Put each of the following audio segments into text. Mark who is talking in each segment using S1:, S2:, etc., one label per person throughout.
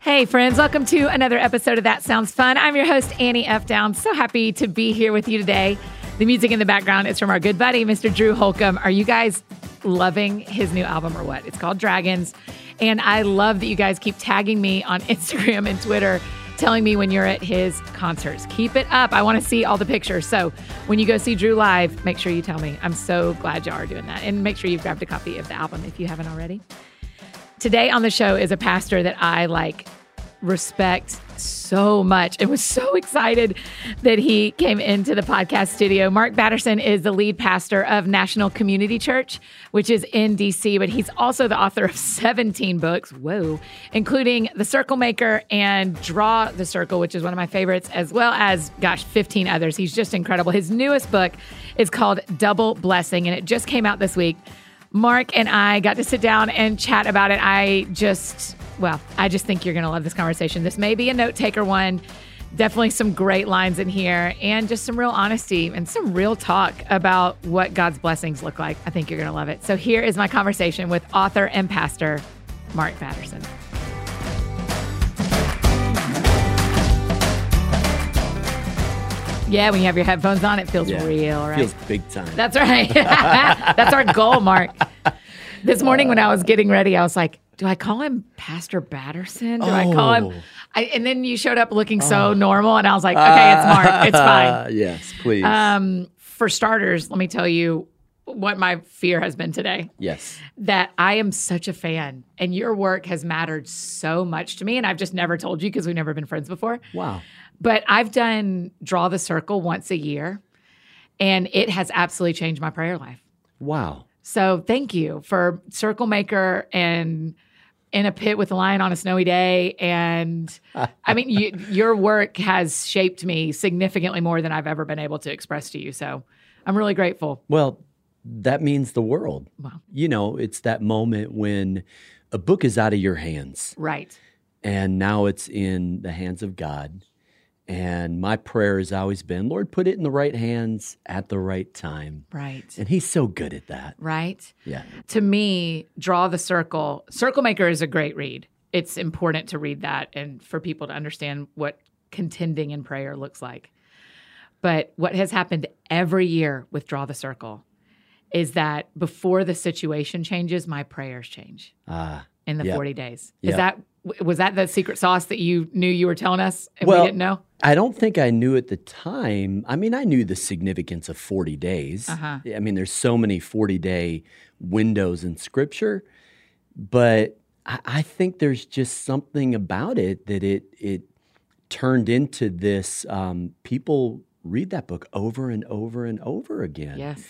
S1: Hey, friends, welcome to another episode of That Sounds Fun. I'm your host, Annie F. Down. So happy to be here with you today. The music in the background is from our good buddy, Mr. Drew Holcomb. Are you guys loving his new album or what? It's called Dragons. And I love that you guys keep tagging me on Instagram and Twitter, telling me when you're at his concerts. Keep it up. I want to see all the pictures. So when you go see Drew live, make sure you tell me. I'm so glad y'all are doing that. And make sure you've grabbed a copy of the album if you haven't already. Today on the show is a pastor that I like respect so much and was so excited that he came into the podcast studio. Mark Batterson is the lead pastor of National Community Church, which is in DC, but he's also the author of 17 books, whoa, including The Circle Maker and Draw the Circle, which is one of my favorites, as well as, gosh, 15 others. He's just incredible. His newest book is called Double Blessing, and it just came out this week. Mark and I got to sit down and chat about it. I just, well, I just think you're going to love this conversation. This may be a note taker one. Definitely some great lines in here and just some real honesty and some real talk about what God's blessings look like. I think you're going to love it. So here is my conversation with author and pastor Mark Patterson. Yeah, when you have your headphones on, it feels
S2: Yeah.
S1: real, right?
S2: Feels big time.
S1: That's right. That's our goal, Mark. This morning when I was getting ready, I was like, do I call him Pastor Batterson? Do I call
S2: Oh.
S1: him? I, and then you showed up looking so normal, and I was like, okay, it's Mark. It's fine.
S2: Uh, yes, please.
S1: Um, for starters, let me tell you what my fear has been today
S2: yes.
S1: that I am such a fan, and your work has mattered so much to me. And I've just never told you because we've never been friends before.
S2: Wow.
S1: But I've done Draw the Circle once a year, and it has absolutely changed my prayer life.
S2: Wow.
S1: So thank you for Circle Maker and in a pit with a lion on a snowy day. And I mean, you, your work has shaped me significantly more than I've ever been able to express to you. So I'm really grateful.
S2: Well, that means the world.
S1: Wow.
S2: You know, it's that moment when a book is out of your hands
S1: Right.
S2: and now it's in the hands of God. And my prayer has always been, Lord, put it in the right hands at the right time.
S1: Right.
S2: And he's so good at that.
S1: Right.
S2: Yeah.
S1: To me, Draw the Circle, Circle Maker is a great read. It's important to read that and for people to understand what contending in prayer looks like. But what has happened every year with Draw the Circle is that before the situation changes, my prayers change
S2: Ah.
S1: in the
S2: Yeah.
S1: 40 days. Is
S2: Yeah.
S1: that w- was that the secret sauce that you knew you were telling us and
S2: Well,
S1: we didn't know?
S2: I don't think I knew at the time. I mean, I knew the significance of 40 days.
S1: Uh-huh.
S2: I mean, there's so many 40 day windows in scripture, but I, I think there's just something about it that it, it turned into this. Um, people read that book over and over and over again.
S1: Yes.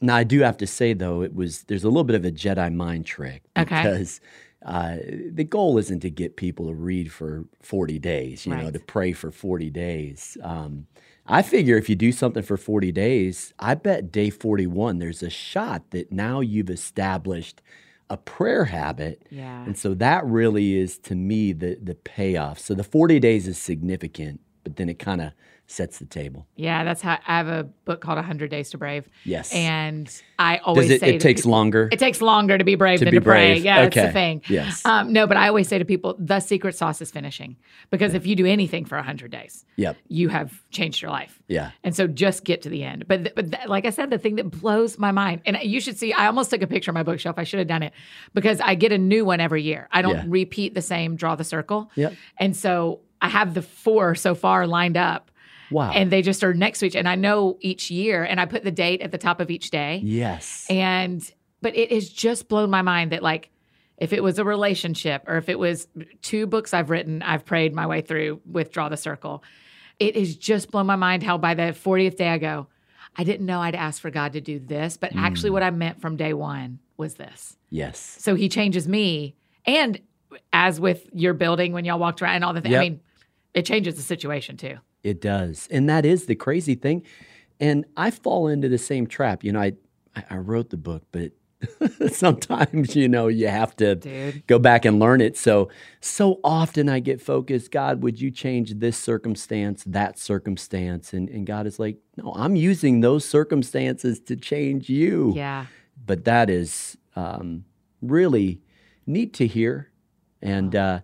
S2: Now I do have to say though, it was there's a little bit of a Jedi mind trick
S1: Okay.
S2: because uh, the goal isn't to get people to read for 40 days, you know,
S1: Right.
S2: to pray for 40 days. Um, I figure if you do something for 40 days, I bet day 41 there's a shot that now you've established a prayer habit.
S1: Yeah.
S2: And so that really is to me the the payoff. So the 40 days is significant, but then it kind of sets the table.
S1: Yeah, that's how I have a book called 100 Days to Brave
S2: Yes.
S1: and I always
S2: Does it,
S1: say
S2: it
S1: to
S2: takes
S1: people-
S2: longer?
S1: It takes longer to be brave
S2: To
S1: than
S2: be
S1: to pray.
S2: brave.
S1: Yeah, that's the
S2: Okay.
S1: thing.
S2: Yes.
S1: Um, no, but I always say to people, the secret sauce is finishing because if you do anything for 100 days,
S2: Yep.
S1: you have changed your life.
S2: Yeah.
S1: And so just get to the end. But, th- but th- like I said, the thing that blows my mind, and you should see, I almost took a picture of my bookshelf. I should have done it because I get a new one every year. I don't
S2: Yeah.
S1: repeat the same, draw the circle.
S2: Yep.
S1: And so I have the four so far lined up.
S2: Wow.
S1: And they just are next to each, and I know each year, and I put the date at the top of each day.
S2: Yes.
S1: And but it has just blown my mind that like if it was a relationship or if it was two books I've written, I've prayed my way through with Draw the Circle. It has just blown my mind how by the 40th day I go, I didn't know I'd asked for God to do this, but actually what I meant from day one was this.
S2: yes.
S1: So he changes me. And as with your building when y'all walked around and all the things, I
S2: Yep.
S1: mean, it changes the situation too.
S2: It does. And that is the crazy thing. And I fall into the same trap. You know, I I I wrote the book, but sometimes, you know, you have to
S1: Dude.
S2: go back and learn it. So so often I get focused, God, would you change this circumstance, that circumstance? And and God is like, No, I'm using those circumstances to change you.
S1: Yeah.
S2: but that is um, really neat to hear. And uh,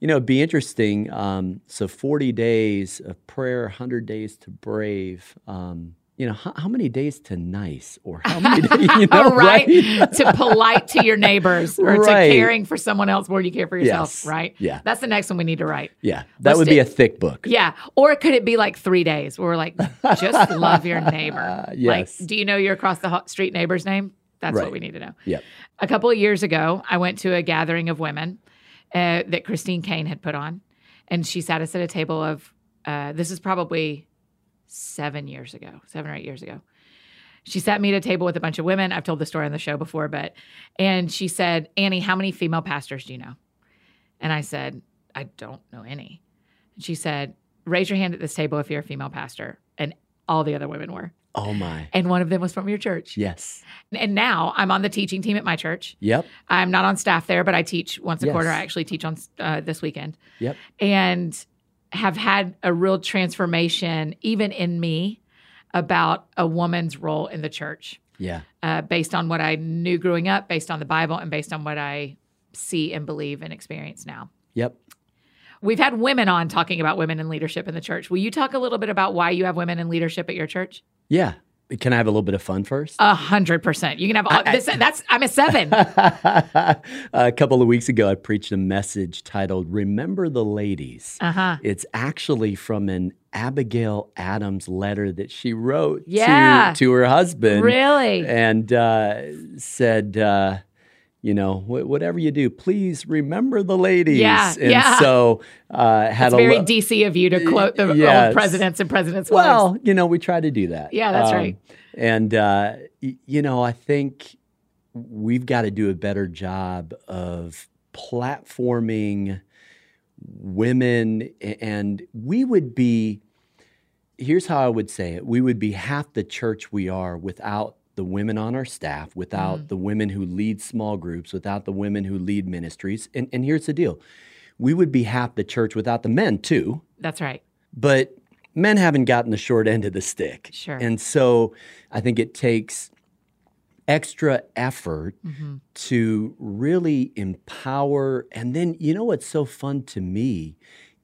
S2: you know, it'd be interesting. Um, so 40 days of prayer, 100 days to brave. Um, you know, how, how many days to nice or how many days, you know,
S1: oh, right. to polite to your neighbors or
S2: Right.
S1: to caring for someone else more than you care for yourself,
S2: Yes.
S1: right?
S2: Yeah.
S1: That's the next one we need to write.
S2: Yeah, that
S1: Let's
S2: would
S1: do-
S2: be a thick book.
S1: Yeah. Or could it be like three days where we're like, just love your neighbor?
S2: Yes.
S1: Like, do you know your across the ho- street neighbor's name? That's what
S2: Right.
S1: we need to know.
S2: Yeah.
S1: A couple of years ago, I went to a gathering of women uh, that Christine Kane had put on, and she sat us at a table of, uh, this is probably seven years ago, seven or eight years ago. She sat me at a table with a bunch of women. I've told the story on the show before, but, and she said, Annie, how many female pastors do you know? And I said, I don't know any. And she said, raise your hand at this table if you're a female pastor. And all the other women were.
S2: Oh my.
S1: And one of them was from your church.
S2: Yes.
S1: And now I'm on the teaching team at my church.
S2: Yep.
S1: I'm not on staff there, but I teach once a
S2: Yes.
S1: quarter. I actually teach on uh, this weekend
S2: Yep.
S1: and have had a real transformation, even in me, about a woman's role in the church,
S2: Yeah.
S1: uh, based on what I knew growing up, based on the Bible, and based on what I see and believe and experience now.
S2: Yep.
S1: We've had women on talking about women in leadership in the church. Will you talk a little bit about why you have women in leadership at your church?
S2: Yeah. Can I have a little bit of fun first?
S1: A hundred percent. You can have all, this. That's I'm a seven.
S2: a couple of weeks ago, I preached a message titled Remember the Ladies.
S1: Uh huh.
S2: It's actually from an Abigail Adams letter that she wrote
S1: Yeah.
S2: to, to her husband.
S1: Really?
S2: and uh, said, uh, you know, wh- whatever you do, please remember the ladies.
S1: Yeah,
S2: and
S1: yeah.
S2: so uh, had
S1: It's
S2: a
S1: very
S2: lo-
S1: DC of you to quote the
S2: yes.
S1: old presidents and presidents' wives.
S2: well, you know, we try to do that. Um,
S1: Yeah, that's right.
S2: And uh, y- you know, I think we've got to do a better job of platforming women, a- and we would be. Here's how I would say it: We would be half the church we are without the women on our staff, without
S1: Mm-hmm.
S2: the women who lead small groups, without the women who lead ministries. And, and here's the deal: we would be half the church without the men too
S1: That's right.
S2: but men haven't gotten the short end of the stick.
S1: Sure.
S2: And so I think it takes extra effort
S1: Mhm.
S2: to really empower. And then, you know, what's so fun to me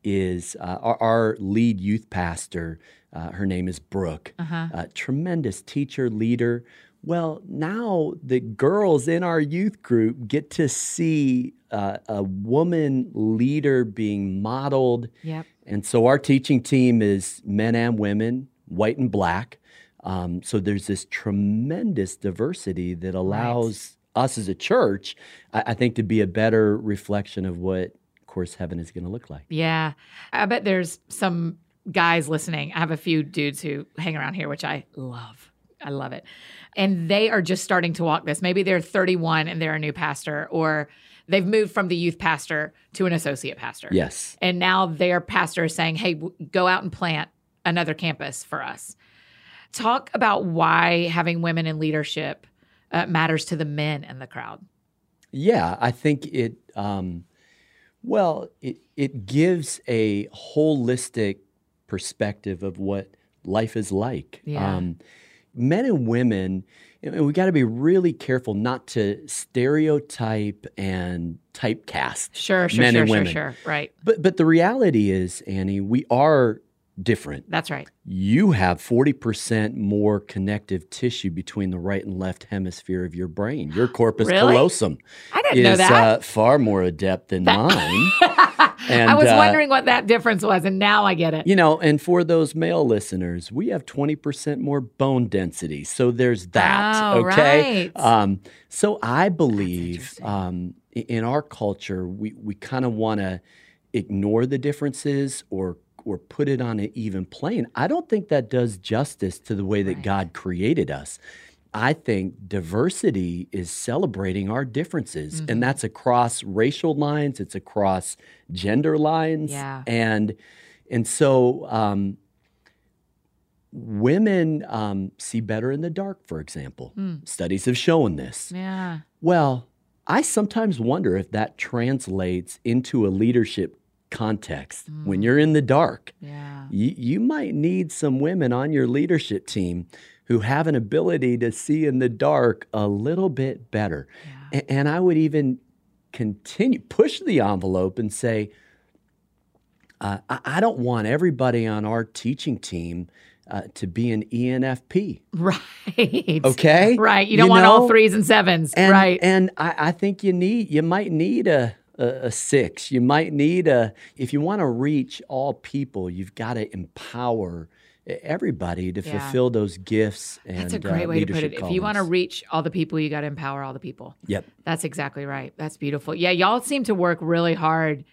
S2: is uh, our, our lead youth pastor, uh, her name is Brooke,
S1: Uh-huh.
S2: a tremendous teacher, leader. Well, now the girls in our youth group get to see uh, a woman leader being modeled
S1: Yep.
S2: and so our teaching team is men and women, white and black. Um, so there's this tremendous diversity that allows us as a church, I, I think, to be a better reflection of what Course Heaven is going to look like.
S1: Yeah. I bet there's some guys listening. I have a few dudes who hang around here, which I love. I love it. And they are just starting to walk this. Maybe they're 31 and they're a new pastor, or they've moved from the youth pastor to an associate pastor.
S2: Yes.
S1: And now their pastor is saying, hey, w- go out and plant another campus for us. Talk about why having women in leadership uh, matters to the men in the crowd.
S2: Yeah, I think it. Um, well, it it gives a holistic perspective of what life is like.
S1: Yeah.
S2: Um, men and women, and and we got to be really careful not to stereotype and typecast
S1: Sure, sure,
S2: Men
S1: sure,
S2: and
S1: sure,
S2: women.
S1: sure. Right.
S2: But but the reality is, Annie, we are different.
S1: That's right.
S2: You have 40% more connective tissue between the right and left hemisphere of your brain. Your corpus
S1: Really?
S2: callosum
S1: I didn't know
S2: is
S1: that.
S2: uh, far more adept than mine.
S1: I
S2: And,
S1: was
S2: uh,
S1: wondering what that difference was, and now I get it.
S2: You know, and for those male listeners, we have 20% more bone density. So there's that.
S1: Oh,
S2: okay.
S1: right.
S2: Um, so I believe
S1: interesting.
S2: um, i- in our culture, we, we kind of want to ignore the differences or or put it on an even plane. I don't think that does justice to the way that
S1: Right.
S2: God created us. I think diversity is celebrating our differences,
S1: Mm-hmm.
S2: and that's across racial lines, it's across gender lines,
S1: Yeah.
S2: and and so um, women um, see better in the dark, for example. Studies have shown this.
S1: Hmm. Yeah.
S2: Well, I sometimes wonder if that translates into a leadership context. When you're in the dark,
S1: Yeah.
S2: you, you might need some women on your leadership team who have an ability to see in the dark a little bit better. A- And, I would even continue, push the envelope and say, Uh, I, I don't want everybody on our teaching team uh, to be an ENFP.
S1: Right.
S2: Okay.
S1: Right. You don't want
S2: know?
S1: all threes and sevens.
S2: And,
S1: right.
S2: And I, I think you need, you might need a, a, a six. You might need a, if you want to reach all people, you've got to empower e-, everybody to
S1: Yeah.
S2: fulfill those gifts. And,
S1: That's a
S2: uh,
S1: great way to put
S2: leadership
S1: it. If you want to
S2: callings.
S1: reach all the people, you got to empower all the people.
S2: yep.
S1: That's exactly right. That's beautiful. Yeah, y'all seem to work really hard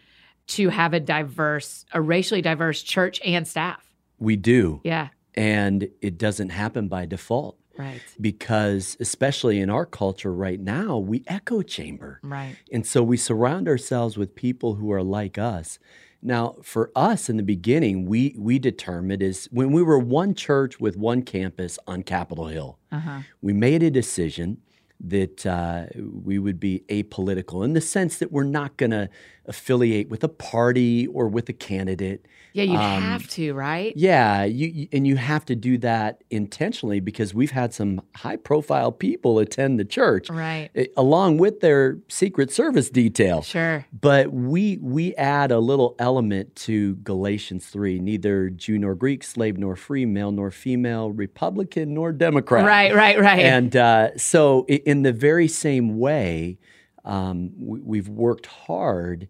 S1: to have a diverse, a racially diverse church and staff.
S2: We do.
S1: Yeah,
S2: And it doesn't happen by default
S1: right,
S2: because, especially in our culture right now, we echo chamber.
S1: right.
S2: And so we surround ourselves with people who are like us. Now, for us in the beginning, we we determined is when we were one church with one campus on Capitol Hill,
S1: Uh huh.
S2: we made a decision that uh, we would be apolitical in the sense that we're not going to affiliate with a party or with a candidate.
S1: Yeah, you
S2: Um,
S1: have to, right?
S2: Yeah, you, you- and you have to do that intentionally because we've had some high-profile people attend the church
S1: Right.
S2: eh, along with their Secret Service detail
S1: Sure.
S2: but we we add a little element to galatians 3 neither jew nor greek slave nor free male nor female republican nor democrat
S1: Right, right, right.
S2: and uh, so i- in the very same way um, we, we've worked hard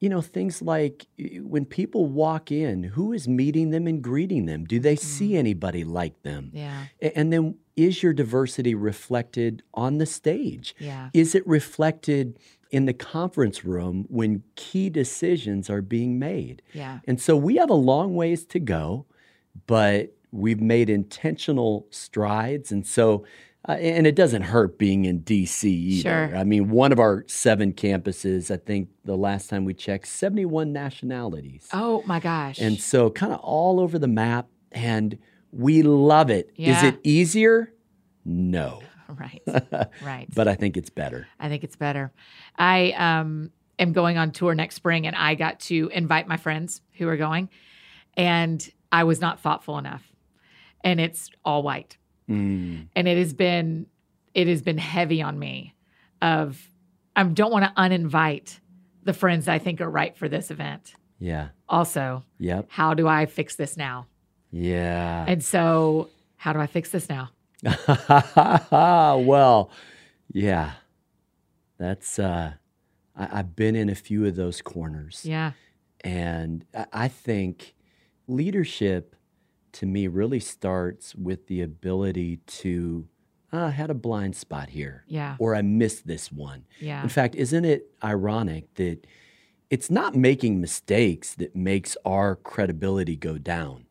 S2: you know things like eh, when people walk in who is meeting them and greeting them do they see anybody like them
S1: yeah,
S2: A- and then is your diversity reflected on the stage
S1: yeah.
S2: is it reflected in the conference room when key decisions are being made?
S1: Yeah.
S2: And so we have a long ways to go, but we've made intentional strides. And so, uh, and it doesn't hurt being in DC either.
S1: Sure.
S2: I mean, one of our seven campuses, I think the last time we checked, 71 nationalities.
S1: Oh my gosh.
S2: And so, kind of all over the map, and we love it. Is
S1: Yeah.
S2: it easier? No,
S1: right, right.
S2: but I think it's better.
S1: I think it's better. I um, am going on tour next spring, and I got to invite my friends who are going, and I was not thoughtful enough, and it's all white,
S2: Mm.
S1: and it has been it has been heavy on me. Of I don't want to uninvite the friends I think are right for this event.
S2: Yeah.
S1: Also,
S2: Yep.
S1: how do I fix this now?
S2: Yeah.
S1: And so, how do I fix this now?
S2: well, yeah. That's uh I, I've been in a few of those corners.
S1: Yeah,
S2: And I, I think leadership to me really starts with the ability to "Ah, I had a blind spot here
S1: yeah,
S2: or I missed this one.
S1: yeah.
S2: In fact, isn't it ironic that it's not making mistakes that makes our credibility go down?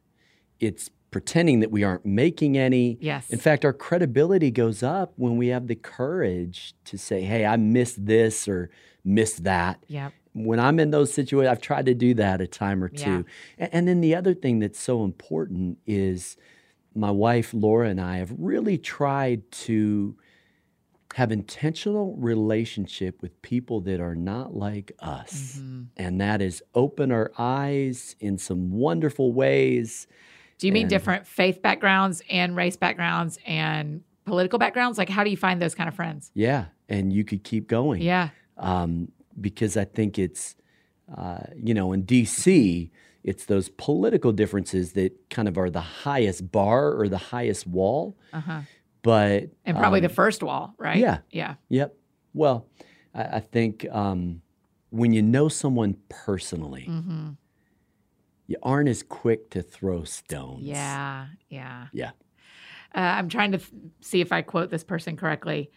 S2: It's pretending that we aren't making any.
S1: Yes.
S2: In fact, our credibility goes up when we have the courage to say, hey, I missed this or missed that.
S1: yeah.
S2: When I'm in those situations, I've tried to do that a time or
S1: Yeah.
S2: two. A- And, then the other thing that's so important is my wife, Laura, and I have really tried to have intentional relationship with people that are not like us
S1: Mhm.
S2: and that is open our eyes in some wonderful ways
S1: Do you mean
S2: and-
S1: different faith backgrounds and race backgrounds and political backgrounds? Like, how do you find those kind of friends?
S2: yeah and you could keep going
S1: Yeah,
S2: um, because i think it's uh, you know in dc it's those political differences that kind of are the highest bar or the highest wall
S1: uh-huh.
S2: but
S1: and probably the
S2: um,
S1: first wall, right?
S2: yeah.
S1: yeah,
S2: yep well i, I think um, when you know someone personally
S1: hmm
S2: you aren't as quick to throw stones
S1: yeah, yeah,
S2: Yeah.
S1: Uh, I'm trying to f- see if I quote this person correctly.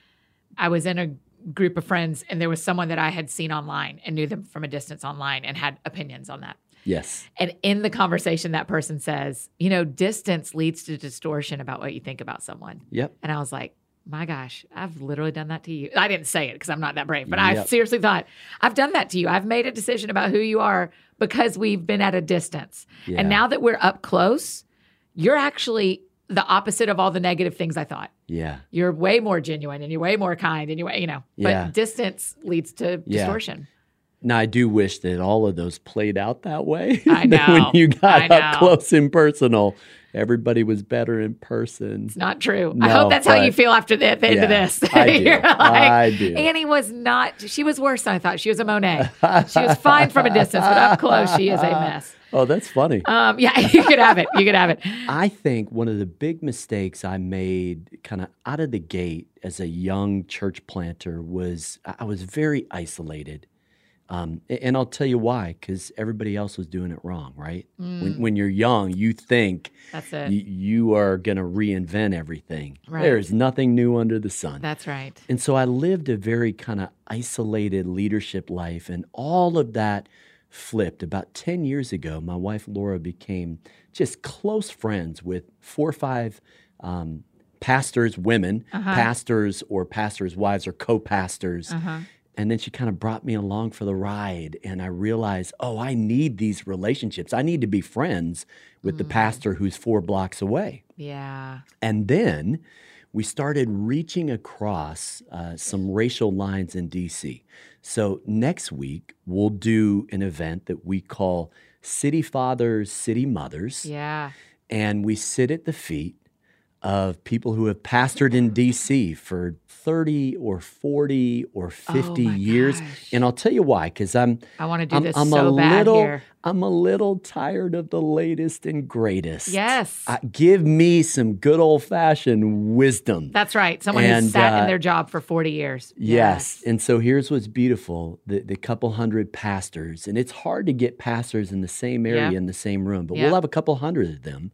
S1: I was in a group of friends, and there was someone that I had seen online and knew them from a distance online, and had opinions on that.
S2: yes
S1: And in the conversation, that person says, "You know, distance leads to distortion about what you think about someone."
S2: yep
S1: And I was like, my gosh, I've literally done that to you. I didn't say it because I'm not that brave, but I
S2: Yep.
S1: seriously thought, I've done that to you. I've made a decision about who you are because we've been at a distance.
S2: Yeah.
S1: And now that we're up close, you're actually the opposite of all the negative things I thought.
S2: yeah
S1: You're way more genuine and you're way more kind and you you know,
S2: Yeah.
S1: but distance leads to
S2: Yeah.
S1: distortion.
S2: Now I do wish that all of those played out that way.
S1: I
S2: That
S1: know.
S2: when you got
S1: I
S2: up
S1: know.
S2: close and personal, everybody was better in person.
S1: It's not true. I
S2: No,
S1: hope that's how you
S2: but-
S1: feel after the, at the end of
S2: Yeah,
S1: this.
S2: I do.
S1: You're like,
S2: I do.
S1: Annie was not, she was worse than I thought. She was a Monet. She was fine from a distance, but up close, she is a mess.
S2: Oh, that's funny.
S1: Um, yeah, you could have it. You could have it.
S2: I think one of the big mistakes I made kind of out of the gate as a young church planter was I I was very isolated. Um, a- and I'll tell you why, because everybody else was doing it wrong, right?
S1: Mm.
S2: When, when you're young, you think
S1: That's
S2: y-
S1: it.
S2: you are going to reinvent everything.
S1: Right.
S2: There is nothing new under the sun.
S1: That's right.
S2: And so I lived a very kind of isolated leadership life, and all of that flipped. About 10 years ago, my wife Laura became just close friends with four or five um, pastors, women, pastors, or pastors' wives, or co
S1: Uh-huh.
S2: pastors. And then she kind of brought me along for the ride, and I realized, oh, I need these relationships. I need to be friends with the pastor who's four blocks away.
S1: Yeah.
S2: And then we started reaching across uh, some racial lines in DC. So next week, we'll do an event that we call City Fathers, City Mothers.
S1: Yeah.
S2: And we sit at the feet of people who have pastored in DC for 30 or 40 or 50
S1: my
S2: years.
S1: gosh.
S2: And I'll tell you why, because I'm.
S1: I want to do
S2: I'm,
S1: this
S2: I'm
S1: so
S2: a
S1: bad
S2: little,
S1: here.
S2: I'm a little tired of the latest and greatest.
S1: Yes.
S2: I- give me some good old fashioned wisdom.
S1: That's right. Someone
S2: And,
S1: who's sat in
S2: uh,
S1: their job for 40 years.
S2: Yes. And so here's what's beautiful the, the couple hundred pastors, and it's hard to get pastors in the same area
S1: Yeah.
S2: in the same room, but
S1: Yeah.
S2: we'll have a couple hundred of them.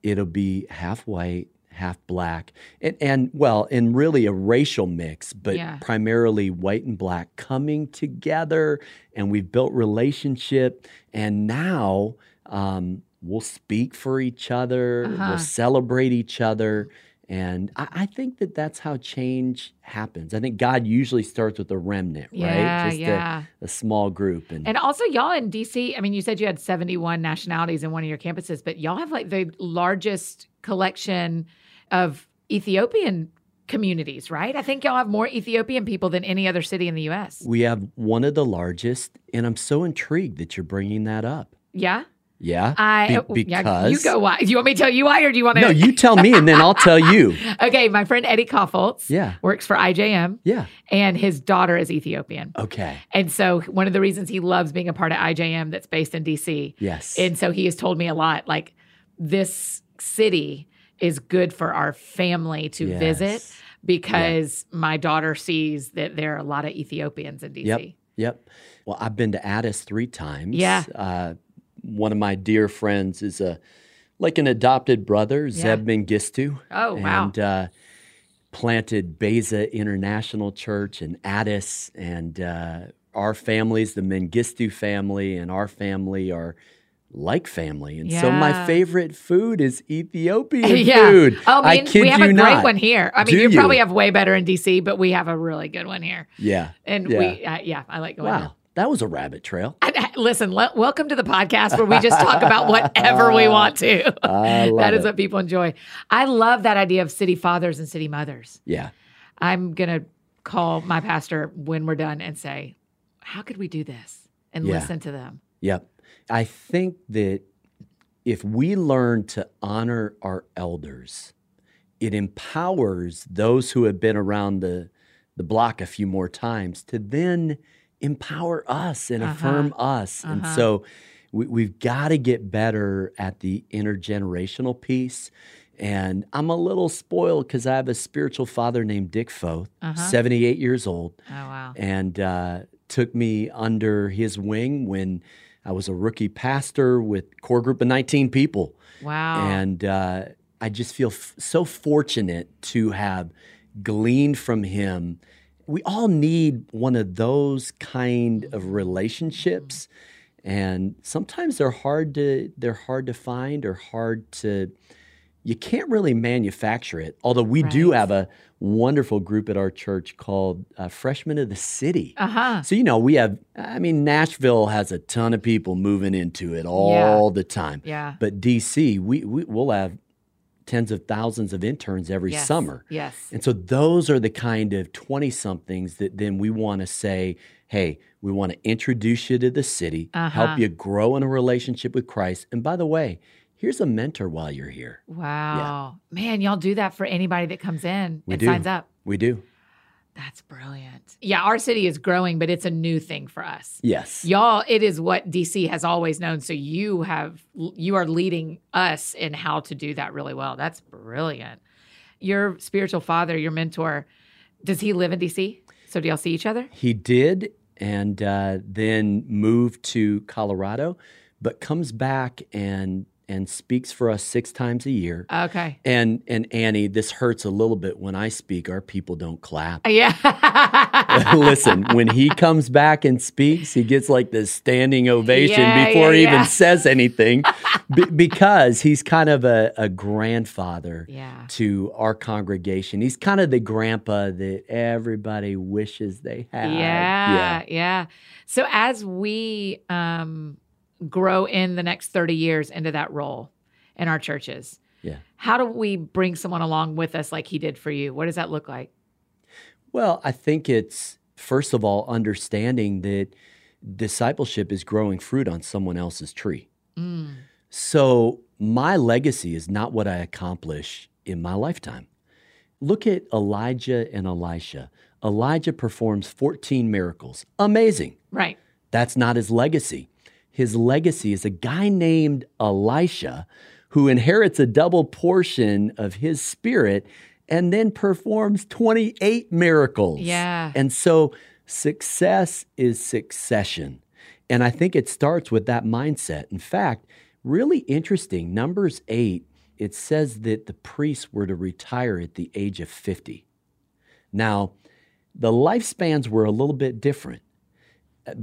S2: It'll be half white, half black, and, and well, and really a racial mix, but
S1: Yeah.
S2: primarily white and black coming together. And we've built relationship. And now um, we'll speak for each other,
S1: Uh-huh.
S2: we'll celebrate each other. And I, I think that that's how change happens. I think God usually starts with a remnant,
S1: Yeah,
S2: right? Just a-
S1: yeah.
S2: A, small group. And,
S1: And also, y'all in DC, I mean, you said you had 71 nationalities in one of your campuses, but y'all have like the largest collection of Ethiopian communities, right? I think y'all have more Ethiopian people than any other city in the US.
S2: we have one of the largest. And I'm so intrigued that you're bringing that up.
S1: Yeah.
S2: Yeah. Be-
S1: I oh, yeah, you
S2: because-
S1: go why? You want me to tell you why or do you want to
S2: No, you tell me and then I'll tell you.
S1: Okay, my friend Eddie Koffoltz
S2: Yeah.
S1: works for IJM
S2: Yeah.
S1: and his daughter is Ethiopian.
S2: Okay.
S1: And so one of the reasons he loves being a part of IJM that's based in DC
S2: Yes.
S1: And so he has told me a lot like this city is good for our family to visit
S2: Yes.
S1: because my daughter sees that there are a lot of Ethiopians in DC.
S2: Yep. Yep. Well, I've been to Addis three times.
S1: Yeah.
S2: Uh, one of my dear friends is a like an adopted brother,
S1: Yeah.
S2: Zeb Mengistu.
S1: Oh, wow.
S2: And uh, planted Beza International Church in Addis, and uh, our families, the Mengistu family, and our family are like family. And so my
S1: Yeah.
S2: favorite food is Ethiopian
S1: yeah.
S2: food.
S1: Oh,
S2: I
S1: man,
S2: kid
S1: we have
S2: you
S1: a great
S2: not.
S1: one here. I mean,
S2: Do
S1: you,
S2: you?
S1: probably have way better in DC, but we have a really good one here.
S2: Yeah.
S1: And
S2: Yeah.
S1: we, uh, yeah, I like going. there.
S2: Wow. That was a rabbit trail.
S1: And, uh, listen, le- welcome to the podcast where we just talk about whatever we want to.
S2: I love
S1: that is
S2: it.
S1: what people enjoy. I love that idea of city fathers and city mothers.
S2: yeah.
S1: I'm going to call my pastor when we're done and say, How could we do this? And
S2: Yeah.
S1: listen to them.
S2: Yep. I think that if we learn to honor our elders, it empowers those who have been around the, the block a few more times to then empower us and
S1: Uh-huh.
S2: affirm us. And
S1: Uh-huh.
S2: so we, we've got to get better at the intergenerational piece. And I'm a little spoiled because I have a spiritual father named Dick Foth,
S1: Uh-huh.
S2: 78 years old
S1: Oh, wow.
S2: and uh, took me under his wing when I was a rookie pastor with core group of 19 people.
S1: Wow.
S2: And uh, I just feel f- so fortunate to have gleaned from him. We all need one of those kind of relationships. And sometimes they're hard to they're hard to find or hard to you can't really manufacture it. Although we do
S1: Right.
S2: have a wonderful group at our church called uh, Freshmen of the City.
S1: uh huh.
S2: So, you know, we have, I mean, Nashville has a ton of people moving into it all the time.
S1: Yeah.
S2: But DC, we, we, we'll have tens of thousands of interns every
S1: Yes.
S2: summer.
S1: Yes.
S2: And so those are the kind of 20 somethings that then we want to say, hey, we want to introduce you to the city,
S1: Uh-huh.
S2: help you grow in a relationship with Christ. And by the way, here's a mentor while you're here.
S1: Wow. Man, y'all do that for anybody that comes in
S2: We
S1: and
S2: do.
S1: signs up.
S2: We do.
S1: That's brilliant. Yeah, our city is growing, but it's a new thing for us.
S2: Yes.
S1: Y'all, it is what DC has always known. So you have you are leading us in how to do that really well. That's brilliant. Your spiritual father, your mentor, does he live in DC? So do y'all see each other?
S2: He did, and uh, then moved to Colorado, but comes back and and speaks for us six times a year.
S1: Okay.
S2: And and Annie, this hurts a little bit when I speak. Our people don't clap.
S1: Yeah.
S2: Listen, when he comes back and speaks, he gets like this standing ovation
S1: Yeah,
S2: before
S1: yeah,
S2: he
S1: yeah.
S2: even says anything, be- because he's kind of a, a grandfather
S1: yeah.
S2: to our congregation. He's kind of the grandpa that everybody wishes they had.
S1: Yeah, yeah. So as we um, grow in the next 30 years into that role in our churches,
S2: Yeah.
S1: how do we bring someone along with us like he did for you? What does that look like?
S2: Well, I think it's first of all understanding that discipleship is growing fruit on someone else's tree.
S1: Mm.
S2: So my legacy is not what I accomplish in my lifetime. Look at Elijah and Elisha. Elijah performs 14 miracles. Amazing.
S1: Right.
S2: That's not his legacy. His legacy is a guy named Elisha who inherits a double portion of his spirit and then performs 28 miracles.
S1: Yeah.
S2: And so success is succession. And I think it starts with that mindset. In fact, really interesting, Numbers 8, it says that the priests were to retire at the age of 50. Now, the lifespans were a little bit different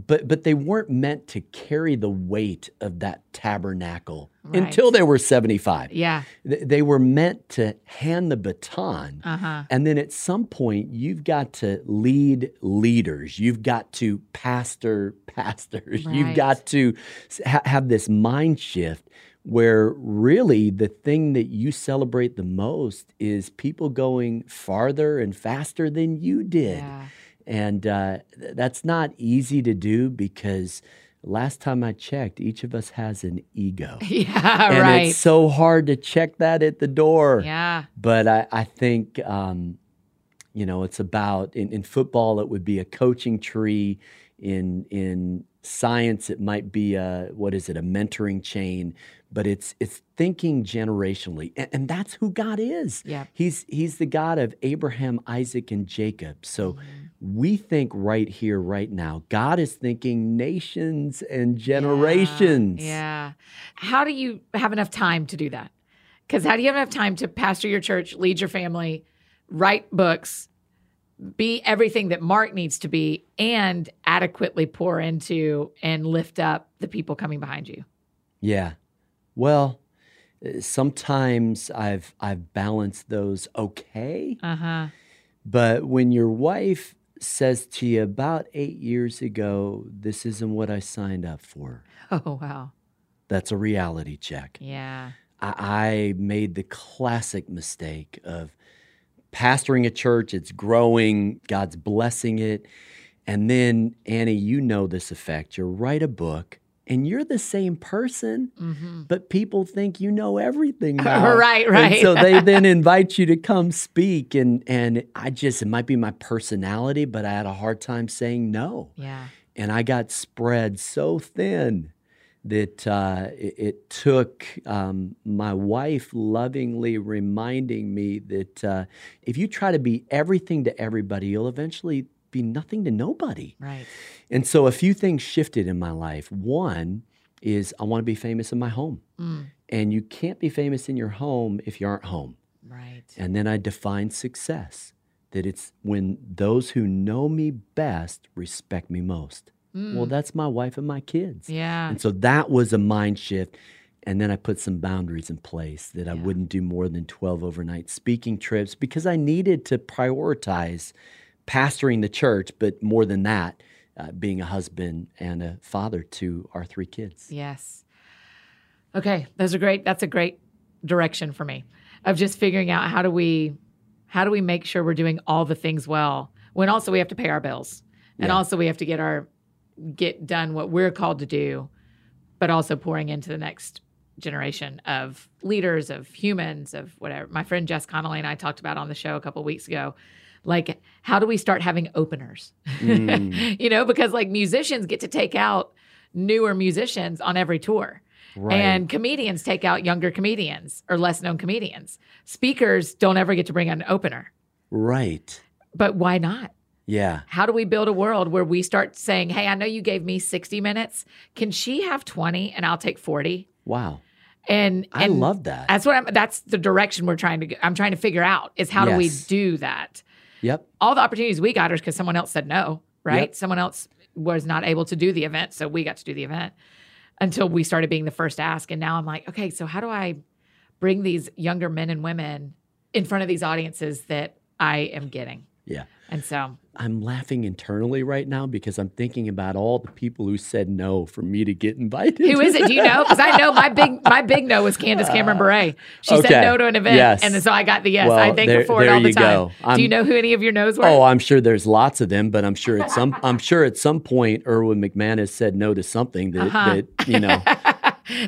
S2: but but they weren't meant to carry the weight of that tabernacle
S1: Right.
S2: until they were 75
S1: Yeah.
S2: Th- they were meant to hand the baton
S1: Uh huh.
S2: and then at some point you've got to lead leaders you've got to pastor pastors
S1: Right.
S2: you've got to s- ha- have this mind shift where really the thing that you celebrate the most is people going farther and faster than you did
S1: Yeah.
S2: and uh, th- that's not easy to do because last time I checked, each of us has an ego.
S1: Yeah.
S2: and
S1: right.
S2: it's so hard to check that at the door.
S1: yeah.
S2: But I, I think, um, you know, it's about in, in football, it would be a coaching tree. In, in science, it might be a, what is it, a mentoring chain. But it's, it's thinking generationally. And, and that's who God is.
S1: Yeah.
S2: He's, he's the God of Abraham, Isaac, and Jacob. So,
S1: Mhm.
S2: we think right here, right now, God is thinking nations and generations.
S1: Yeah. How do you have enough time to do that? Because how do you have enough time to pastor your church, lead your family, write books, be everything that Mark needs to be, and adequately pour into and lift up the people coming behind you?
S2: Yeah. Well, uh, sometimes I've I've balanced those okay,
S1: Uh huh.
S2: but when your wife says to you about 8 years ago, this isn't what I signed up for.
S1: Oh, wow.
S2: That's a reality check.
S1: Yeah.
S2: I, I made the classic mistake of pastoring a church, it's growing, God's blessing it. And then, Annie, you know this effect. You write a book and you're the same person,
S1: Mm-hmm.
S2: but people think you know everything now.
S1: right,
S2: And
S1: right.
S2: so they then invite you to come speak. And, and I just, it might be my personality, but I had a hard time saying no
S1: yeah.
S2: and I got spread so thin that uh, it, it took um, my wife lovingly reminding me that uh, if you try to be everything to everybody, you'll eventually be nothing to nobody.
S1: Right.
S2: And so a few things shifted in my life. One is I want to be famous in my home.
S1: Mm.
S2: And you can't be famous in your home if you aren't home.
S1: Right.
S2: And then I define success that it's when those who know me best respect me most. Well,
S1: Mm.
S2: that's my wife and my kids.
S1: yeah.
S2: And so that was a mind shift. And then I put some boundaries in place that I
S1: Yeah.
S2: wouldn't do more than 12 overnight speaking trips because I needed to prioritize pastoring the church, but more than that, uh, being a husband and a father to our three kids.
S1: Yes. Okay, those are great. That's a great direction for me of just figuring out how do we how do we make sure we're doing all the things well when also we have to pay our bills and
S2: Yeah.
S1: also we have to get our get done what we're called to do, but also pouring into the next generation of leaders of humans of whatever. My friend Jess Connolly and I talked about on the show a couple weeks ago, like how do we start having openers? you know, because like musicians get to take out newer musicians on every tour.
S2: Right.
S1: And comedians take out younger comedians or less known comedians. Speakers don't ever get to bring an opener.
S2: Right.
S1: But why not?
S2: Yeah.
S1: How do we build a world where we start saying, hey, I know you gave me 60 minutes. Can she have 20 and I'll take 40?
S2: Wow.
S1: And,
S2: I
S1: and
S2: love that.
S1: that's what I'm, that's the direction we're trying to, go- I'm trying to figure out is how do we
S2: Yes.
S1: do that?
S2: yep.
S1: All the opportunities we got are because someone else said no, right?
S2: Yep.
S1: Someone else was not able to do the event. So we got to do the event until we started being the first ask. And now I'm like, okay, so how do I bring these younger men and women in front of these audiences that I am getting?
S2: Yeah.
S1: And so
S2: I'm laughing internally right now because I'm thinking about all the people who said no for me to get invited.
S1: Who is it? Do you know? Because I know my big my big no was Candace Cameron Bure. She
S2: Uh, Okay.
S1: said no to an event,
S2: Yes.
S1: and so I got the yes.
S2: Well,
S1: I thank her
S2: there-
S1: for it
S2: there
S1: all the
S2: you
S1: time.
S2: go.
S1: Do you
S2: I'm-
S1: know who any of your no's were?
S2: Oh, I'm sure there's lots of them, but I'm sure at some I'm sure at some point Erwin McManus said no to something that
S1: Uh-huh.
S2: that you know.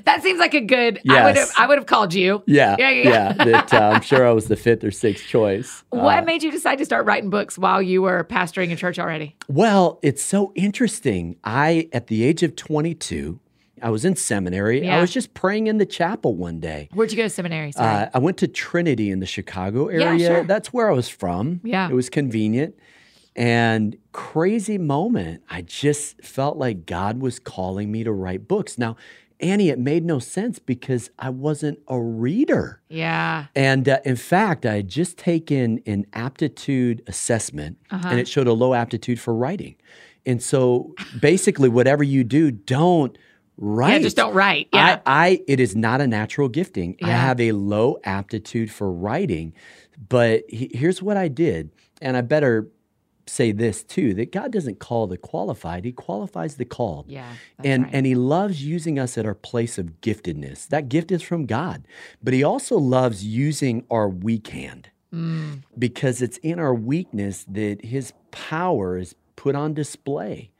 S1: that seems like a good. I would have
S2: Yes.
S1: I would have called you.
S2: Yeah,
S1: Yeah,
S2: yeah,
S1: yeah.
S2: that uh, I'm sure I was the fifth or sixth choice. Uh,
S1: What made you decide to start writing books while you were pastoring a church already?
S2: Well, it's so interesting. I, at the age of 22, I was in seminary.
S1: Yeah.
S2: I was just praying in the chapel one day.
S1: Where'd you go to seminary? Sorry.
S2: Uh, I went to Trinity in the Chicago
S1: Yeah,
S2: area.
S1: sure.
S2: That's where I was from.
S1: Yeah.
S2: It was convenient. And crazy moment. I just felt like God was calling me to write books. Now, Annie, it made no sense because I wasn't a reader.
S1: yeah.
S2: And uh, in fact, I had just taken an aptitude assessment
S1: Uh-huh.
S2: and it showed a low aptitude for writing. And so basically, whatever you do, don't write.
S1: Yeah. Just don't write. Yeah.
S2: I, I it is not a natural gifting. I
S1: Yeah.
S2: have a low aptitude for writing, but he- here's what I did, and I better say this too: that God doesn't call the qualified; He qualifies the called.
S1: yeah. that's
S2: And,
S1: right.
S2: and he loves using us at our place of giftedness. That gift is from God, but he also loves using our weak hand
S1: Mm,
S2: because it's in our weakness that his power is put on display.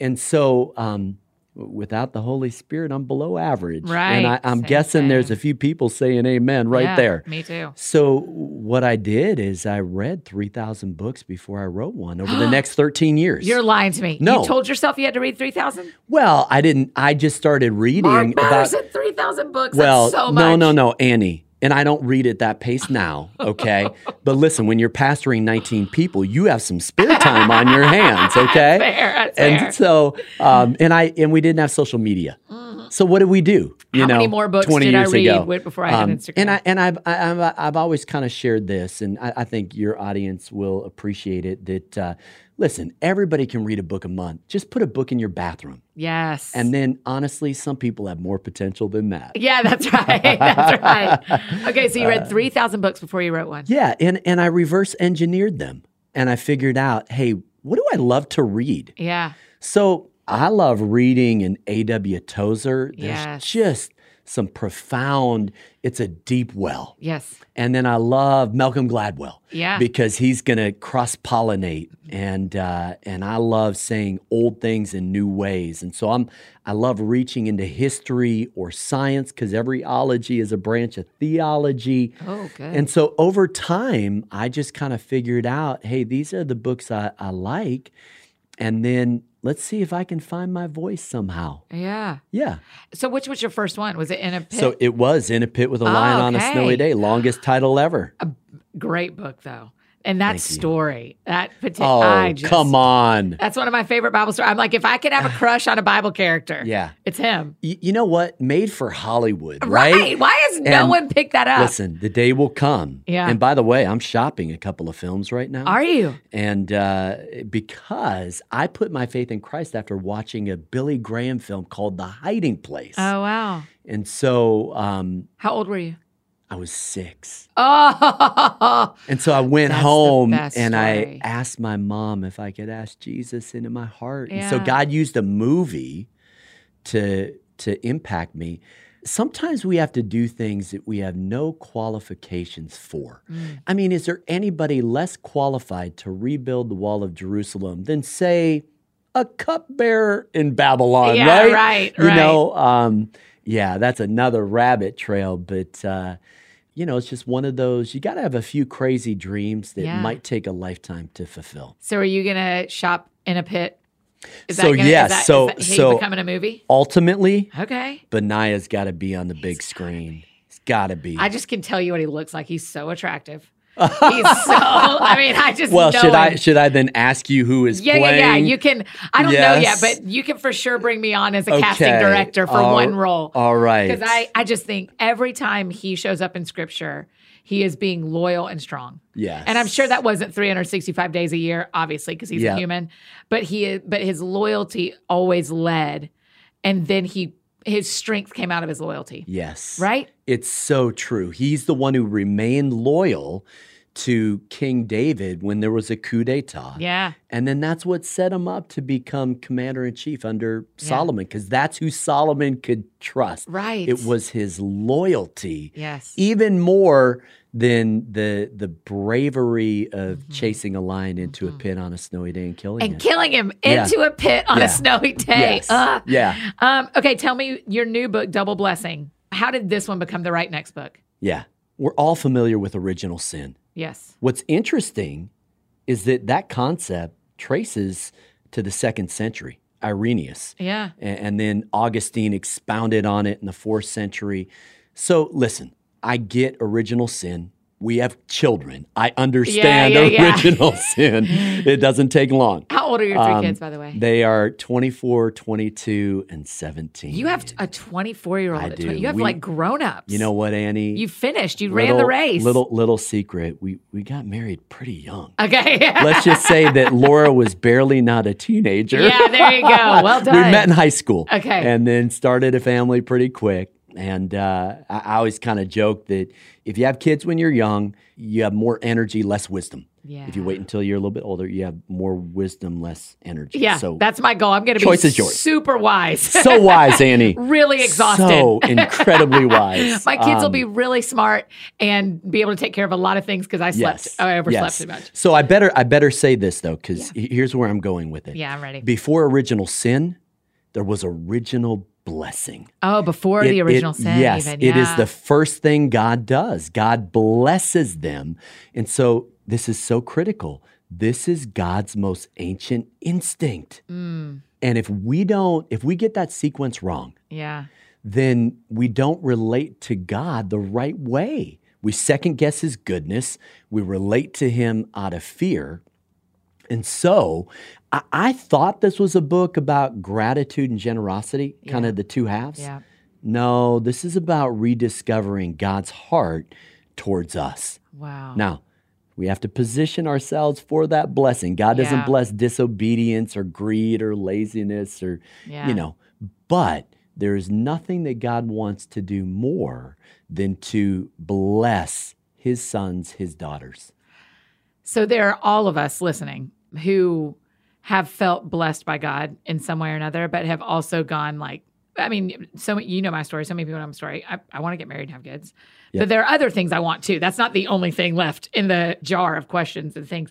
S2: And so, um, w- without the Holy Spirit, I'm below average. And
S1: Right,
S2: I, I'm
S1: same
S2: guessing there's
S1: thing.
S2: a few people saying amen right
S1: yeah,
S2: there.
S1: Me too.
S2: So, what I did is I read 3,000 books before I wrote one over the next 13 years.
S1: You're lying to me.
S2: No.
S1: You told yourself you had to read three thousand.
S2: well, I didn't, I just started reading
S1: Mark Maron
S2: about.
S1: said three thousand books.
S2: Well,
S1: that's so much.
S2: no, no, no, Annie. And I don't read at that pace now, okay? but listen, when you're pastoring 19 people, you have some spare time on your hands, okay?
S1: Fair, that's
S2: and
S1: fair.
S2: so, um, and I and we didn't have social media, so what did we do? You
S1: Mm-hmm. How
S2: know,
S1: many more books
S2: 20
S1: did I
S2: years
S1: read
S2: ago? Um,
S1: with- before I had Instagram?
S2: And I and I've I- I've, I've always kind of shared this, and I, I think your audience will appreciate it. That uh, listen, everybody can read a book a month. Just put a book in your bathroom,
S1: Yes.
S2: and then honestly, some people have more potential than that.
S1: yeah, that's right. That's right. Okay, so you read 3,000 books before you wrote one.
S2: Uh, Yeah, and and I reverse engineered them, and I figured out, hey, what do I love to read?
S1: Yeah.
S2: So I love reading an A.W. Tozer. There's
S1: Yes.
S2: just some profound. It's a deep well,
S1: Yes.
S2: and then I love Malcolm Gladwell
S1: Yeah.
S2: because he's going to cross pollinate, and uh, and I love saying old things in new ways, and so I'm I love reaching into history or science because every ology is a branch of theology.
S1: oh, good.
S2: And so over time, I just kind of figured out, hey, these are the books I, I like. And then let's see if I can find my voice somehow.
S1: yeah.
S2: Yeah.
S1: So which was your first one? Was it in a pit?
S2: So it was In a Pit with a Lion on a
S1: Okay. Uh,
S2: Snowy Day, longest title ever.
S1: Great book, though. And that
S2: Thank you.
S1: story, that particular.
S2: Oh, come on.
S1: That's one of my favorite Bible stories. I'm like, if I could have a crush on a Bible character,
S2: Yeah.
S1: it's him.
S2: Y- you know what? Made for Hollywood,
S1: Right.
S2: right?
S1: Why has no
S2: And
S1: one picked that up?
S2: Listen, the day will come.
S1: Yeah.
S2: And by the way, I'm shopping a couple of films right now.
S1: Are you?
S2: And uh, because I put my faith in Christ after watching a Billy Graham film called The Hiding Place.
S1: Oh, wow.
S2: And so um,
S1: How old were you?
S2: I was six.
S1: Oh,
S2: And so I went
S1: That's the
S2: home
S1: best
S2: and
S1: story.
S2: I asked my mom if I could ask Jesus into my heart. And so
S1: Yeah.
S2: God used a movie to to impact me. Sometimes we have to do things that we have no qualifications for.
S1: Mm.
S2: I mean, is there anybody less qualified to rebuild the wall of Jerusalem than say a cupbearer in Babylon,
S1: yeah,
S2: right?
S1: right,
S2: you
S1: right.
S2: know um, yeah that's another rabbit trail but uh, you know, it's just one of those, you got to have a few crazy dreams that
S1: Yeah.
S2: might take a lifetime to fulfill.
S1: So are you gonna shop in a pit? Is
S2: So,
S1: gonna,
S2: yes,
S1: Is that,
S2: so-
S1: is that Haig
S2: so-
S1: becoming a movie.
S2: Ultimately,
S1: Okay.
S2: Benaya's got to be on the big screen. It's got to be.
S1: I just can tell you what he looks like. He's so attractive. He's so. I mean, I just
S2: well,
S1: know
S2: should I
S1: him.
S2: should I then ask you who is
S1: Yeah,
S2: playing?
S1: yeah, yeah. You can. I don't
S2: Yes.
S1: know yet, but you can for sure bring me on as a casting
S2: Okay.
S1: director for
S2: All-
S1: one role.
S2: All right.
S1: Because I, I just think every time he shows up in scripture, he is being loyal and strong.
S2: Yes.
S1: And I'm sure that wasn't 365 days a year, obviously, because he's
S2: Yeah.
S1: a human. But he, but his loyalty always led, and then he, his strength came out of his loyalty,
S2: Yes.
S1: right?
S2: It's so true. He's the one who remained loyal to King David when there was a coup d'etat.
S1: Yeah,
S2: And then that's what set him up to become commander in chief under
S1: Yeah.
S2: Solomon, because that's who Solomon could trust.
S1: right.
S2: It was his loyalty,
S1: yes,
S2: even more than the the bravery of chasing a lion into a
S1: Mhm.
S2: pit on a snowy day and killing
S1: Mm-hmm. and
S2: it.
S1: killing him
S2: Yeah.
S1: into a pit on
S2: Yeah.
S1: a snowy day.
S2: Yes.
S1: Ugh.
S2: Yeah.
S1: Um, okay, tell me your new book, Double Blessing. How did this one become the right next book?
S2: Yeah. We're all familiar with original sin.
S1: Yes.
S2: What's interesting is that that concept traces to the second century, Irenaeus,
S1: Yeah.
S2: a- and, then Augustine expounded on it in the fourth century. So listen, I get original sin. We have children. I understand
S1: yeah, yeah.
S2: original sin. It doesn't take long.
S1: How old are your three
S2: Um,
S1: kids, by the way?
S2: They are 24, 22, and 17.
S1: You have a 24 year
S2: I
S1: old.
S2: do.
S1: You have
S2: We-
S1: like grown ups.
S2: You know what, Annie?
S1: you finished. You ran the
S2: Little-
S1: race.
S2: Little little secret. We we got married pretty young.
S1: Okay.
S2: let's just say that Laura was barely not a teenager.
S1: yeah. There you go. Well
S2: we
S1: done.
S2: met in high school.
S1: Okay.
S2: And then started a family pretty quick. And uh, I, I always kind of joke that if you have kids when you're young, you have more energy, less wisdom.
S1: yeah.
S2: If you wait until you're a little bit older, you have more wisdom, less energy.
S1: Yeah.
S2: So
S1: that's my goal. I'm going to be
S2: Choice is yours.
S1: super wise.
S2: so wise, Annie.
S1: really exhausted.
S2: So incredibly wise.
S1: my kids will
S2: Um,
S1: be really smart and be able to take care of a lot of things because I slept.
S2: yes,
S1: Oh, I overslept
S2: yes.
S1: too much.
S2: So I better I better say this though, because here's where I'm going with it.
S1: Yeah, I'm ready.
S2: Before original sin, there was original blessing.
S1: Oh, before
S2: It-
S1: the
S2: it-
S1: original sin.
S2: Yes,
S1: even.
S2: it is
S1: Yeah.
S2: the first thing God does. God blesses them. And so this is so critical. This is God's most ancient instinct.
S1: Mm,
S2: And if we don't, if we get that sequence wrong,
S1: yeah.
S2: then we don't relate to God the right way. We second guess his goodness, we relate to him out of fear. And so I, I thought this was a book about gratitude and generosity, kind
S1: Yeah.
S2: of the two halves.
S1: Yeah.
S2: No, this is about rediscovering God's heart towards us.
S1: Wow.
S2: Now, we have to position ourselves for that blessing. God doesn't
S1: Yeah.
S2: bless disobedience or greed or laziness or
S1: yeah.
S2: you know but there is nothing that god wants to do more than to bless his sons his daughters
S1: So there are all of us listening who have felt blessed by God in some way or another, but have also gone like, I mean, so many- you know my story. So many people know my story. I, I want to get married and have kids,
S2: Yeah.
S1: but there are other things I want too. That's not the only thing left in the jar of questions and things.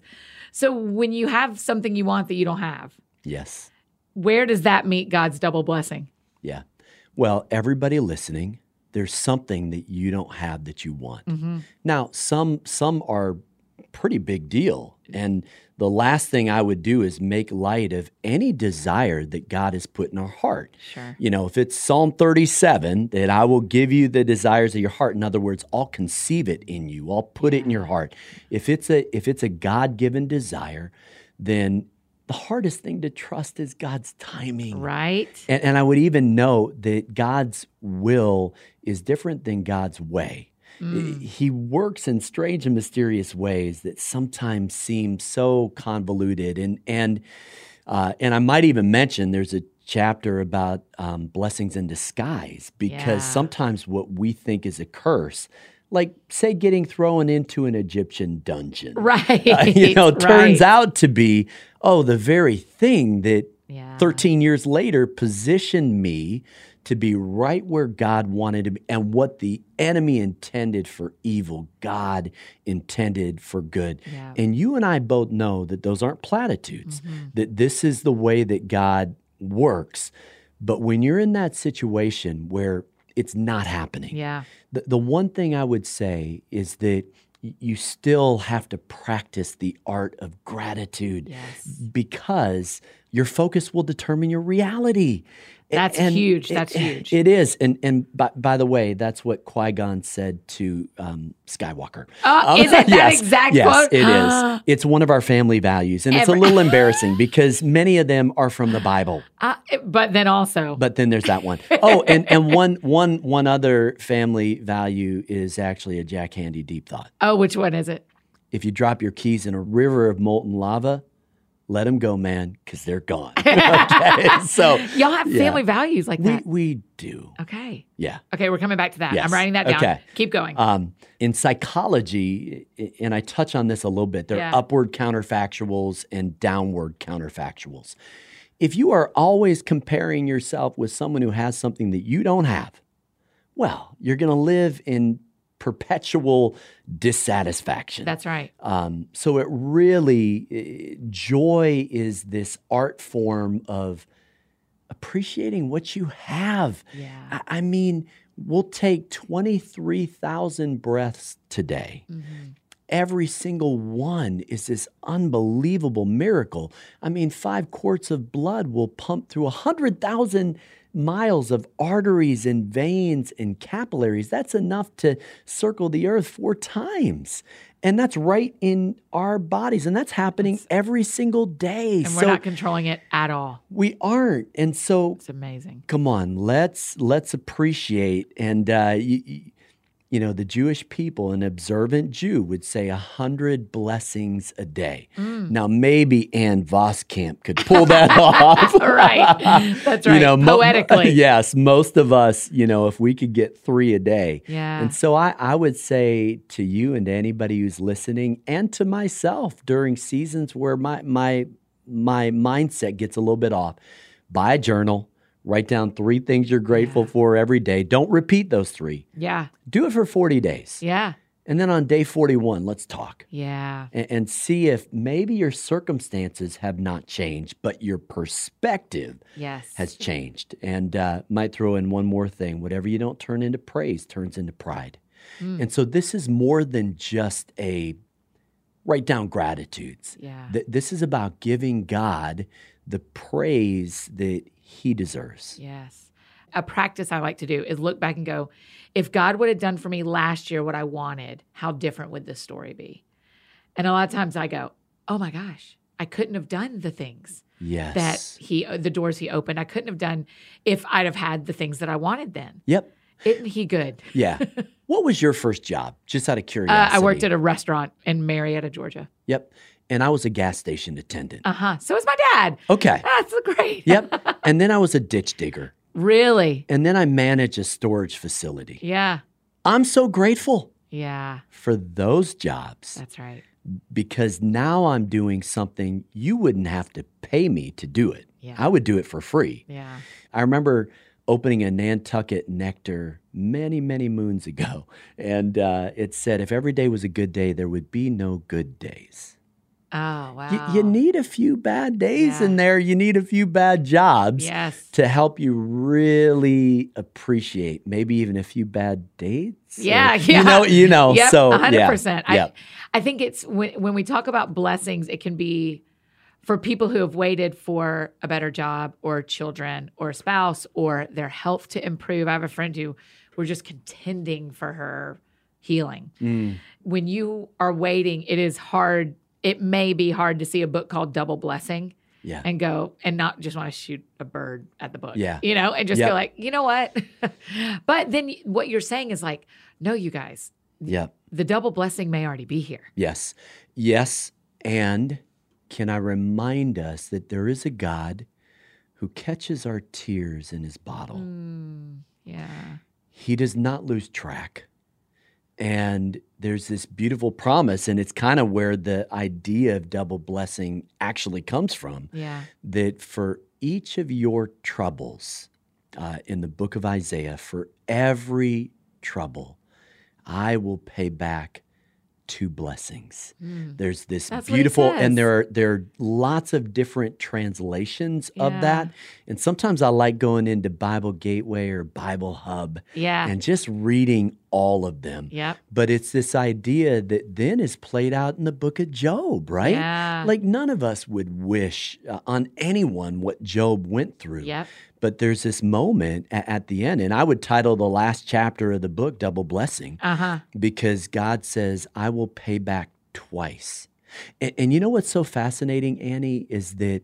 S1: So when you have something you want that you don't have,
S2: yes
S1: where does that meet God's double blessing?
S2: yeah well everybody listening there's something that you don't have that you want
S1: Mm-hmm.
S2: now some some are pretty big deal and the last thing i would do is make light of any desire that god has put in our heart
S1: Sure.
S2: You know, if it's Psalm 37, that I will give you the desires of your heart. In other words, I'll conceive it in you. I'll put it in your heart. If it's a if it's a God-given desire, then the hardest thing to trust is God's timing.
S1: Right.
S2: And, and I would even note that God's will is different than God's way.
S1: Mm.
S2: He works in strange and mysterious ways that sometimes seem so convoluted. And and uh, and I might even mention there's a chapter about um, blessings in disguise
S1: Yeah.
S2: because sometimes what we think is a curse, like say getting thrown into an Egyptian dungeon,
S1: Right.
S2: uh, you know, turns
S1: Right.
S2: out to be oh the very thing that
S1: Yeah.
S2: 13 years later positioned me to be right where God wanted to be and what the enemy intended for evil, God intended for good.
S1: Yeah.
S2: And you and I both know that those aren't platitudes,
S1: Mhm.
S2: that this is the way that God works. But when you're in that situation where it's not happening.
S1: Yeah.
S2: The, the one thing I would say is that y- you still have to practice the art of gratitude
S1: Yes.
S2: because your focus will determine your reality. A-
S1: That's huge. That's
S2: it-
S1: huge.
S2: It is. And and by, by the way, that's what Qui Gon said to um, Skywalker.
S1: Oh,
S2: Um,
S1: is it that
S2: yes,
S1: exact
S2: yes,
S1: quote?
S2: it is. It's one of our family values, and it's a
S1: Every-
S2: little embarrassing because many of them are from the Bible.
S1: Uh, but then also,
S2: But then there's that one. Oh, and, and one one one other family value is actually a Jack Handy deep thought.
S1: oh, which one is it?
S2: If you drop your keys in a river of molten lava, let them go, man, because they're gone. okay, so
S1: Y'all have
S2: Yeah.
S1: family values like
S2: we
S1: that.
S2: we do,
S1: Okay.
S2: yeah.
S1: Okay, we're coming back to that.
S2: Yes.
S1: I'm writing that down.
S2: Okay.
S1: Keep going.
S2: Um, in psychology, i- and I touch on this a little bit, there
S1: Yeah.
S2: are upward counterfactuals and downward counterfactuals. If you are always comparing yourself with someone who has something that you don't have, well, you're going to live in perpetual dissatisfaction.
S1: That's right.
S2: Um, so it really, eh, joy is this art form of appreciating what you have.
S1: Yeah.
S2: I I mean, we'll take 23,000 breaths today.
S1: Mhm.
S2: Every single one is this unbelievable miracle. I mean, five quarts of blood will pump through 100,000 miles of arteries and veins and capillaries. That's enough to circle the earth four times. And that's right in our bodies. And that's happening every single day.
S1: And we're
S2: so
S1: not controlling it at all.
S2: we aren't. And so
S1: It's amazing.
S2: come on let's let's appreciate and uh, you, you know the jewish people an observant jew would say a hundred blessings a day
S1: Mm.
S2: now maybe anne voskamp could pull that off
S1: All right. That's right.
S2: you know mo-
S1: Poetically.
S2: yes most of us you know if we could get three a day
S1: Yeah.
S2: and so I, I would say to you and to anybody who's listening and to myself during seasons where my my my mindset gets a little bit off, buy a journal, write down three things you're grateful
S1: Yeah.
S2: for every day. Don't repeat those three.
S1: yeah.
S2: Do it for 40 days.
S1: Yeah.
S2: And then on day 41, let's talk
S1: Yeah.
S2: and, and see if maybe your circumstances have not changed, but your perspective
S1: Yes.
S2: has changed. And uh, might throw in one more thing whatever you don't turn into praise turns into pride.
S1: Mm.
S2: And so this is more than just a write down gratitudes.
S1: yeah.
S2: Th- this is about giving God the praise that he deserves.
S1: Yes. A practice I like to do is look back and go, if God would have done for me last year what I wanted, how different would this story be? And a lot of times I go, oh my gosh, I couldn't have done the things
S2: Yes.
S1: that he, uh, the doors he opened. I couldn't have done if I'd have had the things that I wanted then.
S2: yep.
S1: Isn't he good?
S2: Yeah. what was your first job? Just out of
S1: Uh,
S2: curiosity.
S1: I worked at a restaurant in Marietta, Georgia.
S2: Yep. And I was a gas station attendant.
S1: Uh huh. So is my dad.
S2: okay.
S1: That's great.
S2: yep. And then I was a ditch digger.
S1: Really?
S2: And then I managed a storage facility.
S1: Yeah.
S2: I'm so grateful
S1: Yeah.
S2: for those jobs.
S1: That's right.
S2: because now I'm doing something you wouldn't have to pay me to do it.
S1: Yeah.
S2: I would do it for free.
S1: Yeah.
S2: I remember opening a Nantucket Nectar many, many moons ago, and uh, it said, if every day was a good day, there would be no good days.
S1: Oh,
S2: Y-
S1: wow.
S2: you need a few bad days
S1: Yeah.
S2: in there, you need a few bad jobs.
S1: Yes.
S2: To help you really appreciate, maybe even a few bad dates. or-
S1: Yeah, yeah.
S2: You know, you know.
S1: yep,
S2: so,
S1: 100%. I,
S2: yeah.
S1: I think it's when, when we talk about blessings, it can be for people who have waited for a better job or children or a spouse or their health to improve. I have a friend who we're just contending for her healing.
S2: yeah. Mm,
S1: When you are waiting, it is hard. It may be hard to see a book called Double Blessing
S2: yeah.
S1: and go and not just want to shoot a bird at the book.
S2: Yeah.
S1: You know, and just
S2: Yep.
S1: go like, you know what? but then y- what you're saying is like, no, you guys,
S2: yeah.
S1: the double blessing may already be here.
S2: Yes. Yes. And can I remind us that there is a God who catches our tears in his bottle?
S1: Mm, yeah.
S2: He does not lose track. And there's this beautiful promise, and it's kind of where the idea of double blessing actually comes from
S1: Yeah.
S2: that for each of your troubles, uh, in the book of Isaiah, for every trouble, I will pay back two blessings.
S1: Mm.
S2: There's this
S1: That's what it
S2: beautiful,
S1: says.
S2: and there are there are lots of different translations
S1: Yeah.
S2: of that. And sometimes I like going into Bible Gateway or Bible Hub
S1: Yeah.
S2: and just reading all of them.
S1: yep.
S2: But it's this idea that then is played out in the book of Job, right?
S1: Yeah.
S2: Like none of us would wish uh, on anyone what Job went through.
S1: Yep.
S2: But there's this moment a- at the end, and I would title the last chapter of the book Double Blessing
S1: Uh huh.
S2: because God says, I will pay back twice. And, and you know what's so fascinating, Annie, is that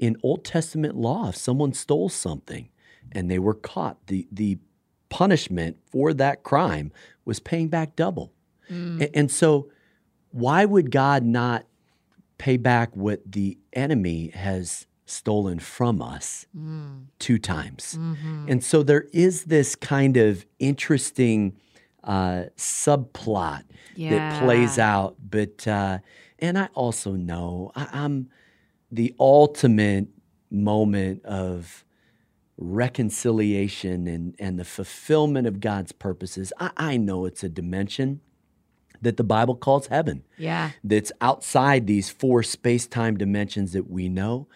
S2: in Old Testament law, if someone stole something and they were caught, the, the punishment for that crime was paying back double.
S1: Hmm. Mm-hmm.
S2: A- And, so, why would God not pay back what the enemy has stolen from us
S1: Hmm.
S2: two
S1: Mm-hmm.
S2: times? And so there is this kind of interesting uh, subplot that plays out. But uh, and I also know I, I'm the ultimate moment of reconciliation and and the fulfillment of God's purposes. I, I know it's a dimension that the Bible calls heaven
S1: Yeah.
S2: that's outside these four space-time dimensions that we know.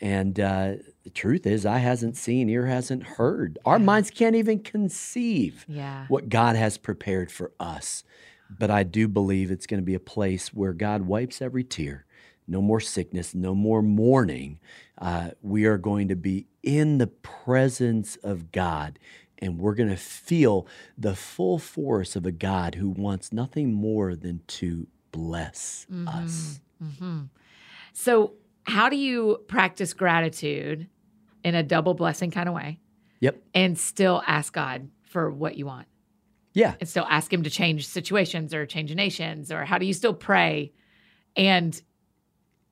S2: And uh, the truth is, I hasn't seen, ear hasn't heard. Our minds can't even conceive
S1: Yeah.
S2: what God has prepared for us. But I do believe it's going to be a place where God wipes every tear. No more sickness, no more mourning. Uh, we are going to be in the presence of God and we're going to feel the full force of a God who wants nothing more than to bless us.
S1: Mm-hmm. So, how do you practice gratitude in a double blessing kind of way
S2: Yep.
S1: and still ask God for what you want
S2: Yeah.
S1: and still ask Him to change situations or change nations? Or how do you still pray and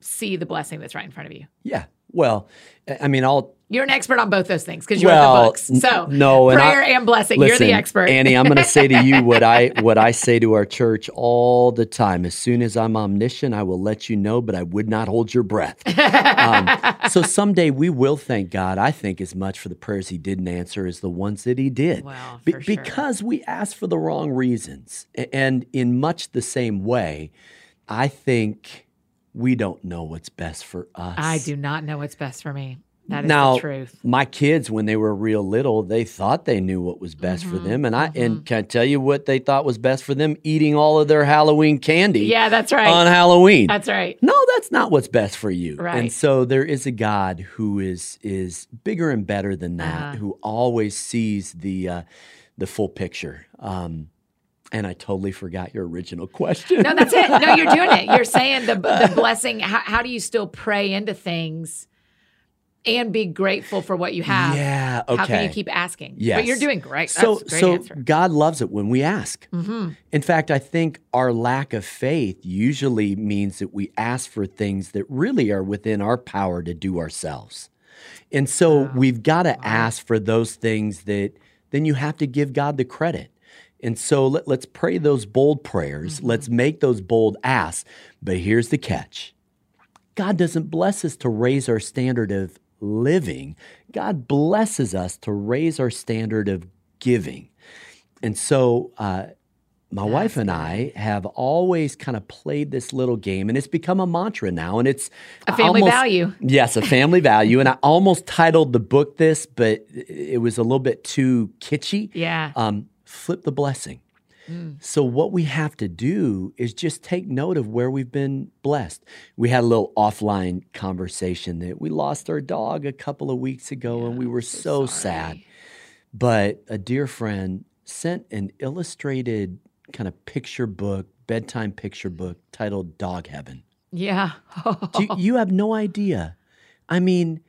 S1: see the blessing that's right in front of you?
S2: Yeah. Well, I- I mean, I'll
S1: You're an expert on both those things because you wrote the
S2: Well,
S1: books. So,
S2: n- no, and I-
S1: prayer and blessing. You're the
S2: Listen,
S1: expert.
S2: Annie, I'm going to say to you what I what I say to our church all the time. As soon as I'm omniscient, I will let you know, but I would not hold your breath. Um, so someday we will thank God. I think as much for the prayers He didn't answer as the ones that He did,
S1: Wow,
S2: Be-
S1: for sure.
S2: because we asked for the wrong reasons. A- And in much the same way, I think we don't know what's best for us.
S1: I do not know what's best for me. That is
S2: Now,
S1: the truth.
S2: my kids when they were real little they thought they knew what was best for
S1: Mm-hmm,
S2: them and i and can i tell you what they thought was best for them eating all of their halloween candy
S1: Yeah, that's right.
S2: on halloween
S1: that's right.
S2: no that's not what's best for you
S1: Right.
S2: and so there is a god who is is bigger and better than that
S1: Uh-huh.
S2: who always sees the uh the full picture um and i totally forgot your original question
S1: No, that's it. No, you're doing it. You're saying the, the blessing. How, how do you still pray into things and be grateful for what you have?
S2: yeah okay
S1: How can you keep asking?
S2: Yes.
S1: But you're doing great.
S2: so
S1: that's a great
S2: so
S1: answer.
S2: god loves it when we ask
S1: hmm
S2: In fact, I think our lack of faith usually means that we ask for things that really are within our power to do ourselves. And so
S1: Wow.
S2: we've got to ask for those things that then you have to give God the credit. And so let, us pray those bold prayers,
S1: Mm-hmm.
S2: let's make those bold asks. But here's the catch God doesn't bless us to raise our standard of living, God blesses us to raise our standard of giving. And so, uh, my wife and I have always kind of played this little game, and it's become a mantra now. And it's
S1: A
S2: I
S1: family
S2: almost-
S1: value.
S2: Yes, a family value. And I almost titled the book this, but it was a little bit too kitschy.
S1: Yeah.
S2: Um, flip the blessing.
S1: Mm.
S2: So, what we have to do is just take note of where we've been blessed. We had a little offline conversation that we lost our dog a couple of weeks ago, Oh, and we were so sad.
S1: sorry.
S2: But a dear friend sent an illustrated kind of picture book, bedtime picture book titled Dog Heaven.
S1: Yeah.
S2: Do you, you have no idea. I mean,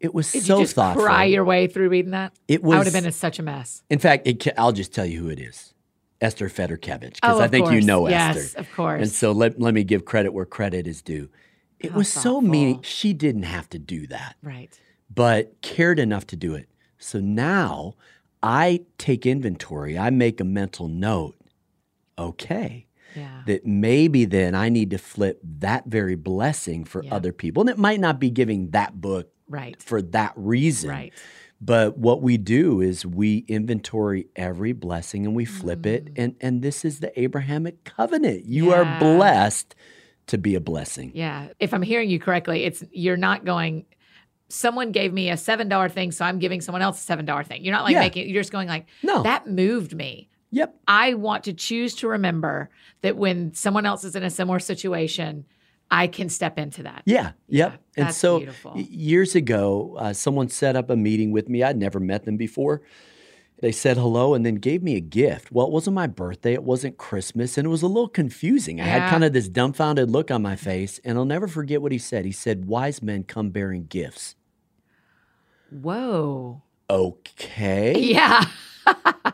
S2: it was
S1: Did
S2: so
S1: you just
S2: thoughtful.
S1: cry your way through reading that?
S2: it was.
S1: I would have been in such a mess.
S2: in fact, it, ca- I'll just tell you who it is: Esther Federkevich,
S1: Oh,
S2: because I
S1: of
S2: think you
S1: course.
S2: know
S1: yes,
S2: Esther.
S1: of course.
S2: And so let let me give credit where credit is due. It
S1: How
S2: was so mean.
S1: thoughtful.
S2: She didn't have to do that,
S1: right.
S2: but cared enough to do it. So now I take inventory. I make a mental note. Okay
S1: Yeah.
S2: that maybe then I need to flip that very blessing for
S1: Yeah.
S2: other people. And it might not be giving that book
S1: right.
S2: for that reason.
S1: Right.
S2: But what we do is we inventory every blessing and we flip it. And, and this is the Abrahamic covenant. You
S1: Mm. Yeah.
S2: are blessed to be a blessing.
S1: Yeah. If I'm hearing you correctly, it's you're not going someone gave me a $7 thing, so I'm giving someone else a $7 thing. You're not like
S2: Yeah.
S1: making you're just going like
S2: No.
S1: that moved me.
S2: Yep.
S1: I want to choose to remember that when someone else is in a similar situation, I can step into that.
S2: Yeah. Yep. and
S1: that's
S2: so
S1: beautiful.
S2: y- years ago, uh, someone set up a meeting with me. I'd never met them before. They said hello and then gave me a gift. Well, it wasn't my birthday. It wasn't Christmas. And it was a little confusing. I
S1: Yeah.
S2: had kind of this dumbfounded look on my face. And I'll never forget what he said. He said, Wise men come bearing gifts.
S1: Whoa.
S2: Okay.
S1: Yeah.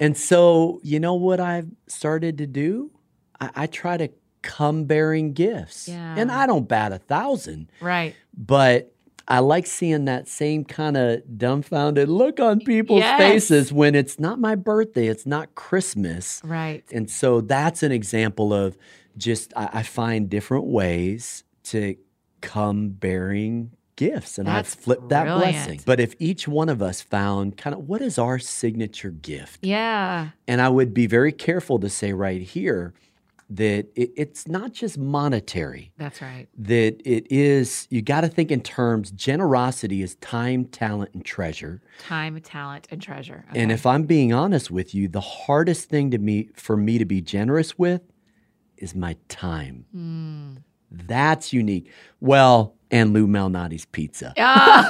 S2: and so, you know what I've started to do? I, I try to come bearing gifts. And
S1: Yeah.
S2: I don't bat a thousand,
S1: Right.
S2: but I like seeing that same kind of dumbfounded look on people's
S1: Yes.
S2: faces when it's not my birthday, it's not Christmas.
S1: Right.
S2: And so that's an example of just, I, I find different ways to come bearing gifts. And
S1: That's
S2: I've flipped that
S1: brilliant.
S2: blessing. But if each one of us found kind of what is our signature gift?
S1: Yeah.
S2: And I would be very careful to say right here that it, it's not just monetary,
S1: That's right.
S2: that it is, you got to think in terms, generosity is time, talent, and treasure.
S1: Time, talent, and treasure.
S2: And
S1: Okay.
S2: if I'm being honest with you, the hardest thing to me for me to be generous with is my time.
S1: Mm. Hmm.
S2: That's unique. Well, and Lou Malnati's pizza.
S1: Oh,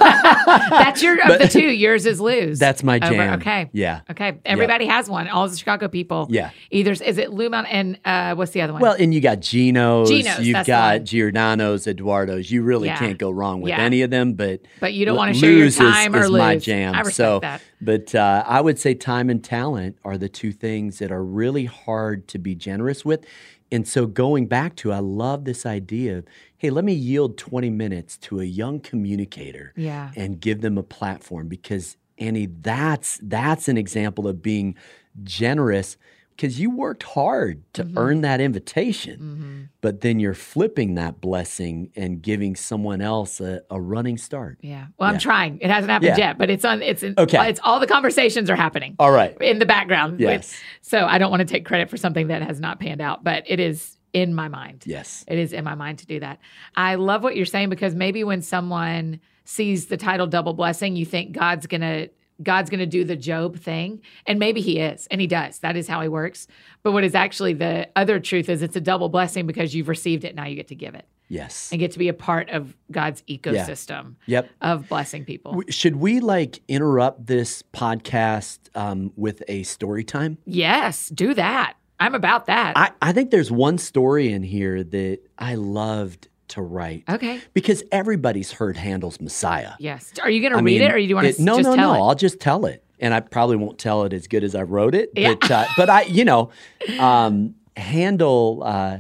S1: that's your of the two. Yours is Lou's.
S2: That's my
S1: Over-
S2: jam.
S1: okay.
S2: Yeah.
S1: Okay. Everybody has one. All the Chicago people.
S2: Yeah.
S1: Either is it Lou Mount and uh, what's the other one?
S2: Well, and you got Gino's,
S1: Gino's,
S2: you've
S1: that's the
S2: got
S1: one.
S2: Giordano's, Eduardo's. You really
S1: Yeah.
S2: can't go wrong with
S1: Yeah.
S2: any of them, but
S1: but you don't
S2: L-
S1: want to share your
S2: lose is-
S1: time or
S2: is
S1: lose.
S2: my jam.
S1: I respect
S2: so,
S1: that.
S2: but uh, I would say time and talent are the two things that are really hard to be generous with. And so, going back to, I love this idea of, hey, let me yield 20 minutes to a young communicator
S1: Yeah.
S2: and give them a platform because Annie, that's that's an example of being generous because you worked hard to
S1: Mm-hmm.
S2: earn that invitation,
S1: Mm.
S2: but then you're flipping that blessing and giving someone else a, a running start.
S1: Yeah. Well, I'm
S2: Yeah.
S1: trying. It hasn't happened
S2: Yeah.
S1: yet, but it's on. It's in,
S2: Okay.
S1: It's all the conversations are happening
S2: All right.
S1: in the background. with-
S2: Yes.
S1: so I don't want to take credit for something that has not panned out, but it is in my mind.
S2: Yes.
S1: It is in my mind to do that. I love what you're saying because maybe when someone sees the title double blessing, you think God's going to God's going to do the Job thing, and maybe he is, and he does. That is how he works. But what is actually the other truth is it's a double blessing because you've received it, now you get to give it
S2: Yes.
S1: and get to be a part of God's ecosystem
S2: Yep.
S1: of blessing people.
S2: W- Should we like interrupt this podcast um, with a story time?
S1: yes, do that. I'm about that.
S2: I, I think there's one story in here that I loved to write
S1: okay.
S2: because everybody's heard Handel's Messiah.
S1: Yes. Are Oh. you going to
S2: I
S1: read
S2: mean,
S1: it or you want to
S2: no,
S1: just
S2: no,
S1: tell
S2: no.
S1: it?
S2: I'll just tell it, and I probably won't tell it as good as I wrote it.
S1: Yeah.
S2: But, uh, but I, you know, um, Handel. Uh,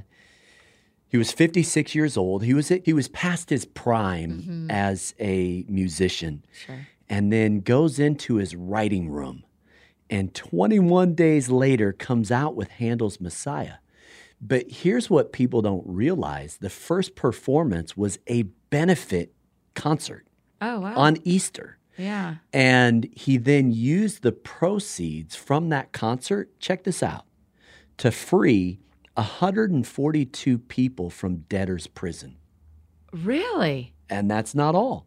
S2: he was 56 years old. He was he was past his prime
S1: Mm-hmm.
S2: as a musician,
S1: Sure.
S2: and then goes into his writing room, and 21 days later comes out with Handel's Messiah. But here's what people don't realize: the first performance was a benefit concert
S1: Oh, wow.
S2: on Easter.
S1: yeah.
S2: And he then used the proceeds from that concert, check this out, to free 142 people from debtor's prison.
S1: Really?
S2: And that's not all.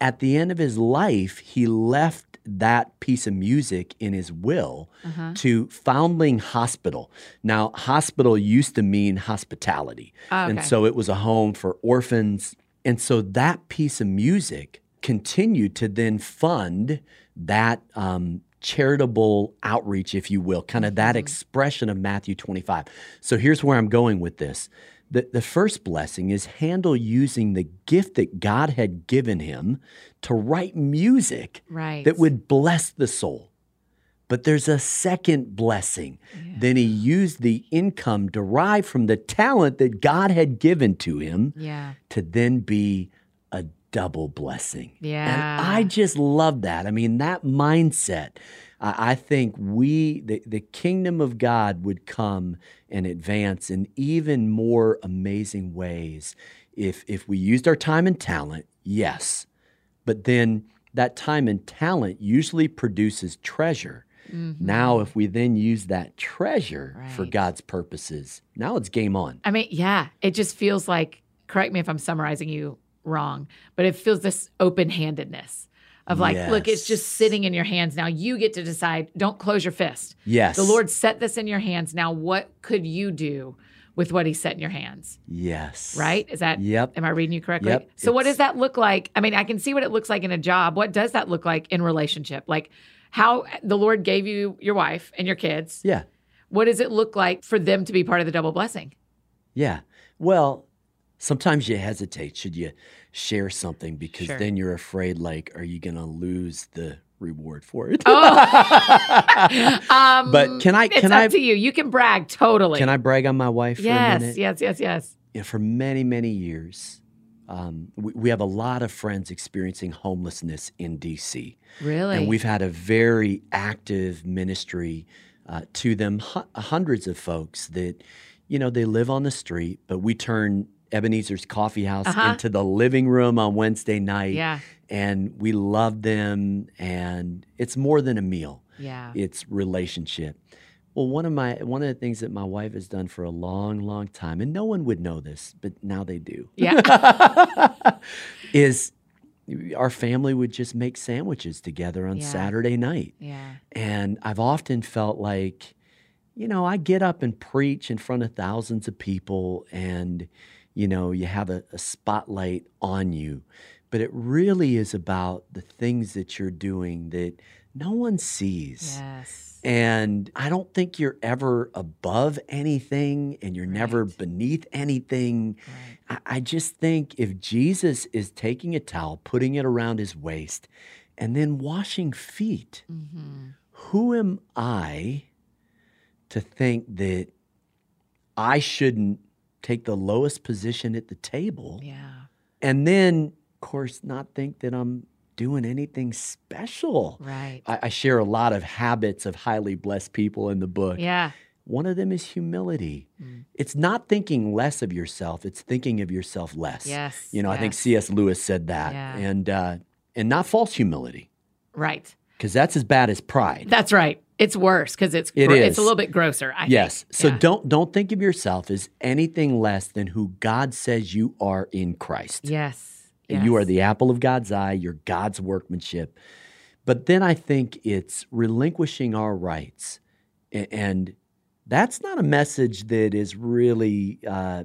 S2: At the end of his life, he left that piece of music in his will
S1: Uh-huh.
S2: to Foundling Hospital. Now, hospital used to mean hospitality.
S1: Oh, okay.
S2: And so it was a home for orphans. And so that piece of music continued to then fund that um, charitable outreach, if you will, kind of that expression of Matthew 25. So here's where I'm going with this. The, the first blessing is Handel using the gift that God had given him to write music
S1: right.
S2: that would bless the soul. But there's a second blessing. Then he used the income derived from the talent that God had given to him
S1: Yeah.
S2: to then be a double blessing.
S1: Yeah.
S2: And I just love that. I mean, that mindset. I I think we, the, the kingdom of God would come and advance in even more amazing ways if, if we used our time and talent, yes, but then that time and talent usually produces treasure.
S1: Mm-hmm.
S2: Now, if we then use that treasure for
S1: Mm. Right.
S2: God's purposes, now it's game on.
S1: I mean, yeah, it just feels like, correct me if I'm summarizing you wrong, but it feels this open handedness of like, look, it's just
S2: Yes.
S1: sitting in your hands now. You get to decide. Don't close your fist.
S2: Yes.
S1: The Lord set this in your hands. Now, what could you do with what He set in your hands?
S2: Yes.
S1: Right? Is that,
S2: Yep.
S1: am I reading you correctly?
S2: Yep.
S1: So, what
S2: It's-
S1: does that look like? I mean, I can see what it looks like in a job. What does that look like in relationship? Like, how the Lord gave you your wife and your kids.
S2: Yeah.
S1: What does it look like for them to be part of the double blessing?
S2: Yeah. Well, sometimes you hesitate. Should you share something? Because
S1: Sure.
S2: then you're afraid, like, are you going to lose the reward for it?
S1: Oh. um,
S2: But can I-
S1: It's
S2: can
S1: up
S2: I-
S1: to you. You can brag totally.
S2: Can I brag on my wife for a
S1: Yes,
S2: minute?
S1: yes, yes, yes.
S2: You know, for many, many years, um, we, we have a lot of friends experiencing homelessness in DC.
S1: Really?
S2: And we've had a very active ministry uh, to them, hu- hundreds of folks that, you know, they live on the street, but we turn Ebenezer's Coffee House
S1: Uh-huh.
S2: into the living room on Wednesday night.
S1: yeah,
S2: And we love them. And it's more than a meal,
S1: yeah.
S2: it's relationship. Well, one of my one of the things that my wife has done for a long, long time, and no one would know this, but now they do
S1: Yeah.
S2: is our family would just make sandwiches together on
S1: Yeah.
S2: Saturday night.
S1: Yeah.
S2: And I've often felt like, you know, I get up and preach in front of thousands of people and, you know, you have a, a spotlight on you. But it really is about the things that you're doing that no one sees.
S1: Yes.
S2: And I don't think you're ever above anything and you're never
S1: Right.
S2: beneath anything.
S1: Right.
S2: I, I just think if Jesus is taking a towel, putting it around his waist, and then washing feet,
S1: Mhm.
S2: who am I to think that I shouldn't take the lowest position at the table?
S1: Yeah.
S2: And then, of course, not think that I'm doing anything special.
S1: Right.
S2: I, I share a lot of habits of highly blessed people in the book.
S1: Yeah.
S2: One of them is humility.
S1: Mm.
S2: It's not thinking less of yourself, it's thinking of yourself less.
S1: Yes.
S2: You know, I think
S1: yes.
S2: C.S. Lewis said that,
S1: Yeah.
S2: and uh, and not false humility,
S1: Right.
S2: because that's as bad as pride.
S1: That's right. It's worse because it's
S2: It
S1: gro- it's
S2: is.
S1: a little bit grosser. I think.
S2: yes. So
S1: Yeah.
S2: don't don't think of yourself as anything less than who God says you are in Christ.
S1: Yes.
S2: And You are
S1: yes.
S2: the apple of God's eye. You're God's workmanship. But then I think it's relinquishing our rights, A- and that's not a message that is really uh,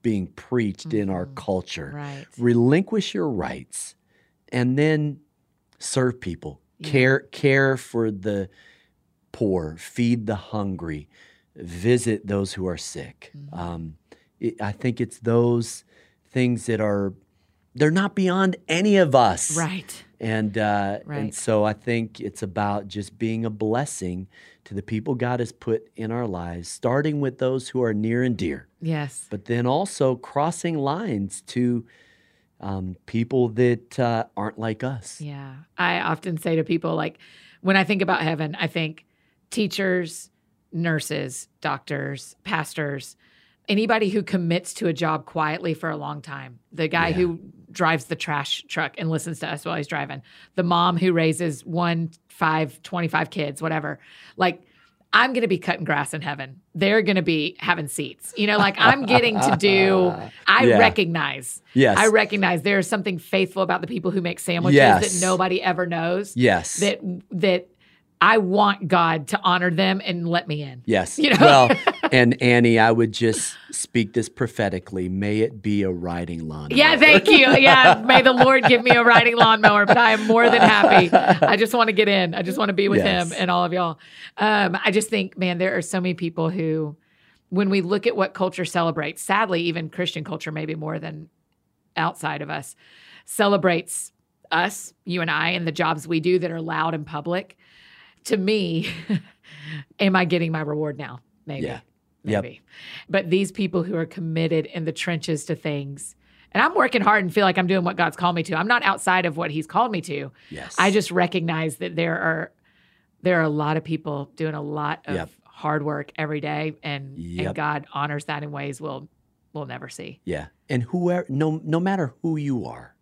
S2: being preached in our
S1: Mhm.
S2: culture.
S1: right.
S2: relinquish your rights and then serve people
S1: Yeah.
S2: care care for the poor feed the hungry visit those who are sick
S1: Mhm.
S2: um, it, i think it's those things that are they're not beyond any of us
S1: Right.
S2: and uh,
S1: Right.
S2: and so i think it's about just being a blessing to the people god has put in our lives starting with those who are near and dear
S1: Yes.
S2: but then also crossing lines to um, people that uh, aren't like us.
S1: Yeah. I often say to people, like, when I think about heaven, I think teachers, nurses, doctors, pastors, anybody who commits to a job quietly for a long time, the guy
S2: Yeah.
S1: who drives the trash truck and listens to us while he's driving, the mom who raises one, five, 25 kids, whatever. Like, I'm going to be cutting grass in heaven. They're going to be having seats. You know, like I'm getting to do, I
S2: Yeah.
S1: recognize
S2: Yes.
S1: I recognize there is something faithful about the people who make sandwiches
S2: Yes.
S1: that nobody ever knows.
S2: yes.
S1: That that I want God to honor them and let me in.
S2: yes.
S1: you know?
S2: Well, and Annie, I would just speak this prophetically. May it be a riding lawn.
S1: Yeah, thank you. Yeah, may the Lord give me a riding lawnmower, but I am more than happy. I just want to get in. I just want to be with
S2: Yes.
S1: him and all of y'all. Um, I just think, man, there are so many people who, when we look at what culture celebrates, sadly, even Christian culture, maybe more than outside of us, celebrates us, you and I, and the jobs we do that are loud and public. To me, am I getting my reward now? Maybe.
S2: Yeah. Yep.
S1: Maybe. But these people who are committed in the trenches to things, and I'm working hard and feel like I'm doing what God's called me to. I'm not outside of what He's called me to.
S2: Yes.
S1: I just recognize that there are there are a lot of people doing a lot of
S2: Yep.
S1: hard work every day, and
S2: Yep.
S1: and God honors that in ways we'll we'll never see.
S2: Yeah. And whoever, no, no matter who you are,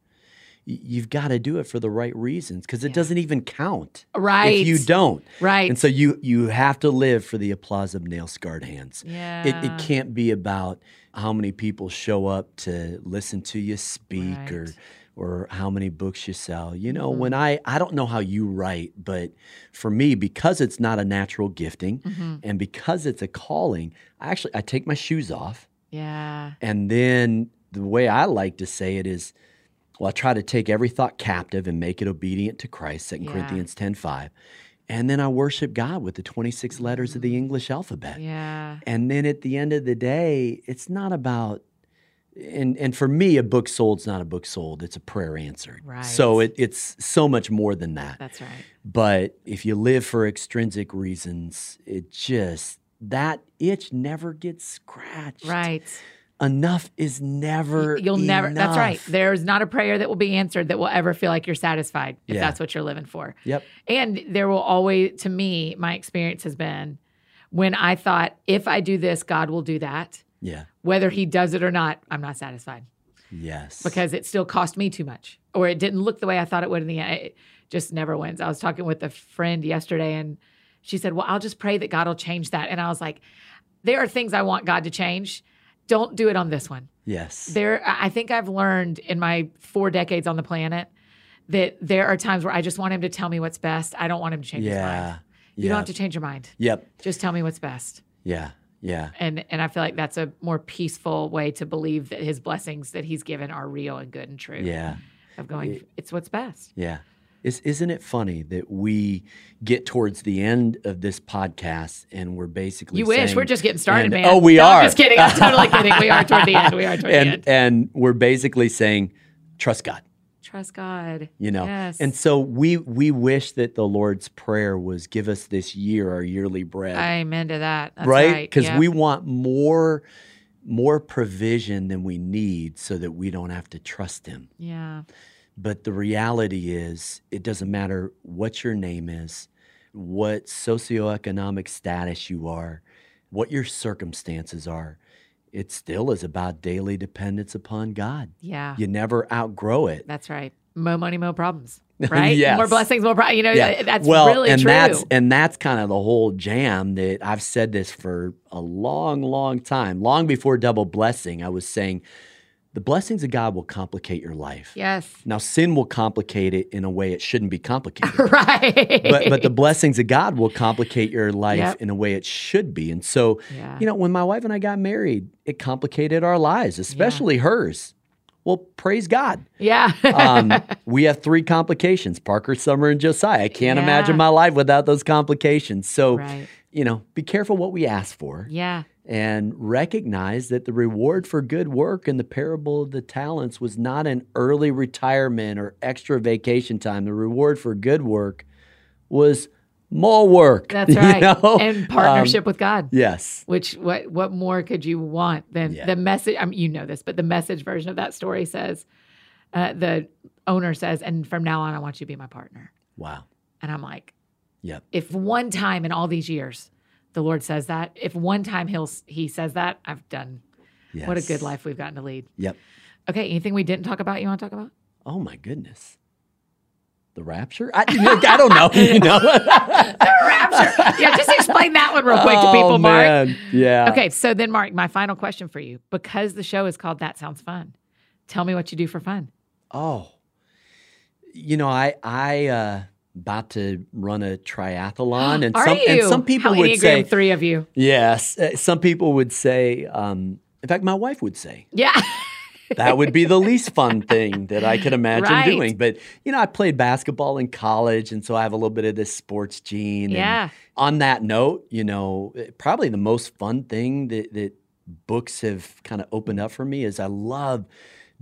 S2: y- you've got to do it for the right reasons because it doesn't even count
S1: Right.
S2: if you don't.
S1: Right.
S2: And so you you have to live for the applause of nail scarred hands. It,
S1: Yeah.
S2: it can't be about how many people show up to listen to you speak or
S1: Right. Mm-hmm.
S2: or how many books you sell. You know, when I I don't know how you write, but for me because it's not a natural gifting
S1: Mm-hmm.
S2: and because it's a calling, I actually I take my shoes off
S1: Yeah.
S2: and then the way I like to say it is, well, I try to take every thought captive and make it obedient to Christ, 2
S1: Yeah.
S2: Corinthians ten five, And then I worship God with the 26 letters of
S1: Mm-hmm.
S2: the English alphabet.
S1: Yeah.
S2: And then at the end of the day, it's not about and and for me, a book sold's not a book sold, it's a prayer answered.
S1: Right. Uh.
S2: So it, it's so much more than that.
S1: That's right.
S2: But if you live for extrinsic reasons, it just that itch never gets scratched
S1: Right.
S2: enough is never
S1: You'll never, that's right.
S2: enough.
S1: There's not a prayer that will be answered that will ever feel like you're satisfied if
S2: Yeah.
S1: that's what you're living for.
S2: yep
S1: And there will always, to me, my experience has been when I thought, if I do this, God will do that.
S2: yeah
S1: Whether he does it or not, I'm not satisfied
S2: yes
S1: because it still cost me too much or it didn't look the way I thought it would in the end. It just never wins. I was talking with a friend yesterday and she said, Well, I'll just pray that God will change that. And I was like, There are things I want God to change. Don't do it on this one
S2: yes
S1: there i I think i've learned in my four decades on the planet that there are times where i just want him to tell me what's best i don't want him to change his
S2: yeah
S1: mind you don't
S2: yeah.
S1: have to change your mind
S2: yep
S1: just tell me what's best
S2: yeah yeah
S1: and and i feel like that's a more peaceful way to believe that his blessings that he's given are real and good and true
S2: yeah
S1: of going it's what's best
S2: yeah is, isn't it funny that we get towards the end of this podcast and we're basically
S1: you wish
S2: saying-
S1: we're just getting started
S2: and-
S1: man
S2: oh we
S1: No,
S2: are
S1: I'm just kidding i'm totally kidding we are toward the end we are toward the
S2: and
S1: end
S2: and we're basically saying trust God
S1: trust god
S2: you know
S1: yes.
S2: and so we we wish that the Lord's prayer was give us this year our yearly bread
S1: i'm into that That's
S2: right because
S1: Yeah.
S2: we want more more provision than we need so that we don't have to trust him
S1: yeah
S2: but the reality is it doesn't matter what your name is what socioeconomic status you are what your circumstances are it still is about daily dependence upon god
S1: yeah
S2: you never outgrow it
S1: That's right. Mo money, mo problems. Right?
S2: Yes.
S1: More blessings, more problems. You know, th- Oh, that's
S2: well,
S1: really
S2: and
S1: true.
S2: that's and that's kind of the whole jam that I've said this for a long, long time, long before double blessing. I was saying the blessings of God will complicate your life.
S1: yes.
S2: Now, sin will complicate it in a way it shouldn't be complicated.
S1: right.
S2: But, but the blessings of God will complicate your life
S1: Yep.
S2: in a way it should be. And so,
S1: Yeah.
S2: you know, when my wife and I got married, it complicated our lives, especially hers. Well, praise God
S1: yeah.
S2: um, we have three complications Parker, Summer, and Josiah. I can't
S1: Yeah.
S2: imagine my life without those complications. So,
S1: right.
S2: you know, be careful what we ask for
S1: Yeah.
S2: and recognize that the reward for good work in the parable of the talents was not an early retirement or extra vacation time. The reward for good work was more work.
S1: That's
S2: you
S1: right.
S2: know?
S1: And partnership with God.
S2: Um, yes.
S1: Which what what more could you want than
S2: Yeah.
S1: the message? I mean, you know this, but the message version of that story says, uh, the owner says, and from now on, I want you to be my partner.
S2: Wow.
S1: And I'm like,
S2: Yep.
S1: if one time in all these years the Lord says that, if one time he'll he says that, I've done.
S2: Yes.
S1: What a good life we've gotten to lead.
S2: Yep.
S1: Okay, anything we didn't talk about you want to talk about?
S2: Oh my goodness. The rapture? I, I don't know. You know?
S1: Rapture. yeah, just explain that one real
S2: Oh,
S1: quick to people, Mark.
S2: Yeah.
S1: Okay, so then Mark, my final question for you. Because the show is called That Sounds Fun. Tell me what you do for fun.
S2: Oh. You know, I I uh about to run a triathlon and
S1: Are
S2: some
S1: you?
S2: and some people
S1: How
S2: would
S1: Enneagram
S2: say
S1: three of you.
S2: yes, uh, some people would say um in fact my wife would say
S1: Yeah.
S2: that would be the least fun thing that I could imagine
S1: Right.
S2: doing. But you know, I played basketball in college and so I have a little bit of this sports gene and
S1: yeah.
S2: on that note, you know, it- probably the most fun thing that, that books have kind of opened up for me is I love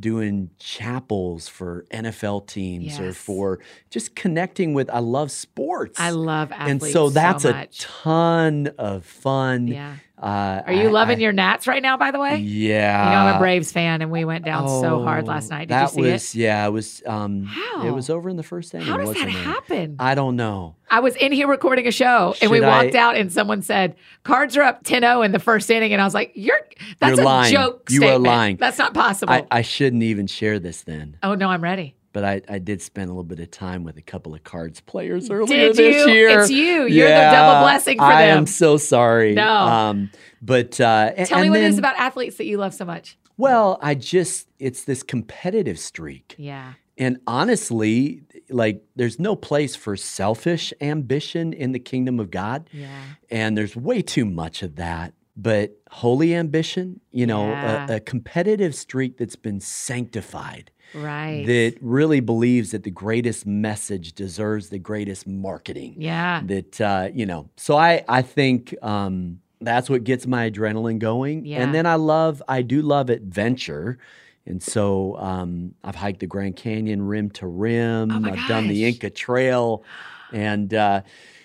S2: doing chapels for NFL teams or
S1: Yes.
S2: for just connecting with, I love sports.
S1: I love
S2: and
S1: athletes.
S2: so that's a
S1: much.
S2: ton of fun.
S1: Yeah.
S2: Uh,
S1: Are you
S2: I-
S1: loving
S2: I-
S1: your gnats right now, by the way?
S2: Yeah.
S1: you know, I'm a Braves fan and we went down so hard
S2: Oh,
S1: last night. Did you
S2: that
S1: see
S2: was, yeah, it was, um, it was
S1: How?
S2: over in the first
S1: it?
S2: inning.
S1: How does that
S2: wasn't it?
S1: happen?
S2: I don't know.
S1: I was in here recording a show and we
S2: Uh, Should
S1: walked
S2: I-
S1: out and someone said, cards are up 10-0 in the first inning. And I was like, you're, that's
S2: You're
S1: a
S2: lying.
S1: joke
S2: You are
S1: statement.
S2: lying.
S1: That's not possible.
S2: I, I shouldn't even share this then.
S1: oh no, I'm ready.
S2: But I, I did spend a little bit of time with a couple of cards players earlier
S1: Did
S2: this
S1: you?
S2: year.
S1: It's you. You're the double blessing for
S2: I
S1: them.
S2: am so sorry.
S1: No.
S2: Um, but uh, a-
S1: Tell me
S2: and
S1: what it
S2: then-
S1: is about athletes that you love so much.
S2: Well, I just it's this competitive streak.
S1: Yeah.
S2: And honestly, like there's no place for selfish ambition in the kingdom of God.
S1: Yeah.
S2: And there's way too much of that. But holy ambition, you know,
S1: Yeah.
S2: a, a competitive streak that's been sanctified,
S1: Right.
S2: that really believes that the greatest message deserves the greatest marketing
S1: yeah.
S2: that uh, you know so i i think um that's what gets my adrenaline going
S1: Yeah.
S2: and then i love i do love adventure and so um i've hiked the grand canyon rim to rim
S1: Oh my
S2: i've done the
S1: gosh.
S2: inca trail and uh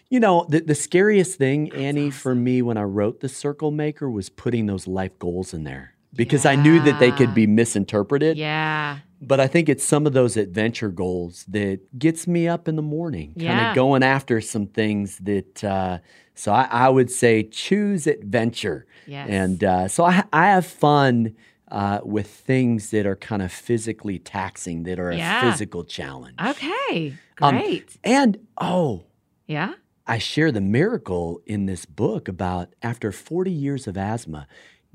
S2: you know the, the scariest thing annie for me when i wrote the circle maker was putting those life goals in there because i knew that they
S1: Yeah.
S2: could be misinterpreted
S1: Yeah.
S2: but I think it's some of those adventure goals that gets me up in the morning, kind
S1: Yeah.
S2: of going after some things that. Uh, so I, I would say choose adventure,
S1: Yes.
S2: and uh, so I, I have fun uh, with things that are kind of physically taxing, that are
S1: Yeah.
S2: a physical challenge.
S1: okay.
S2: uh, Um,
S1: Great.
S2: and oh,
S1: yeah.
S2: I share the miracle in this book about after forty years of asthma,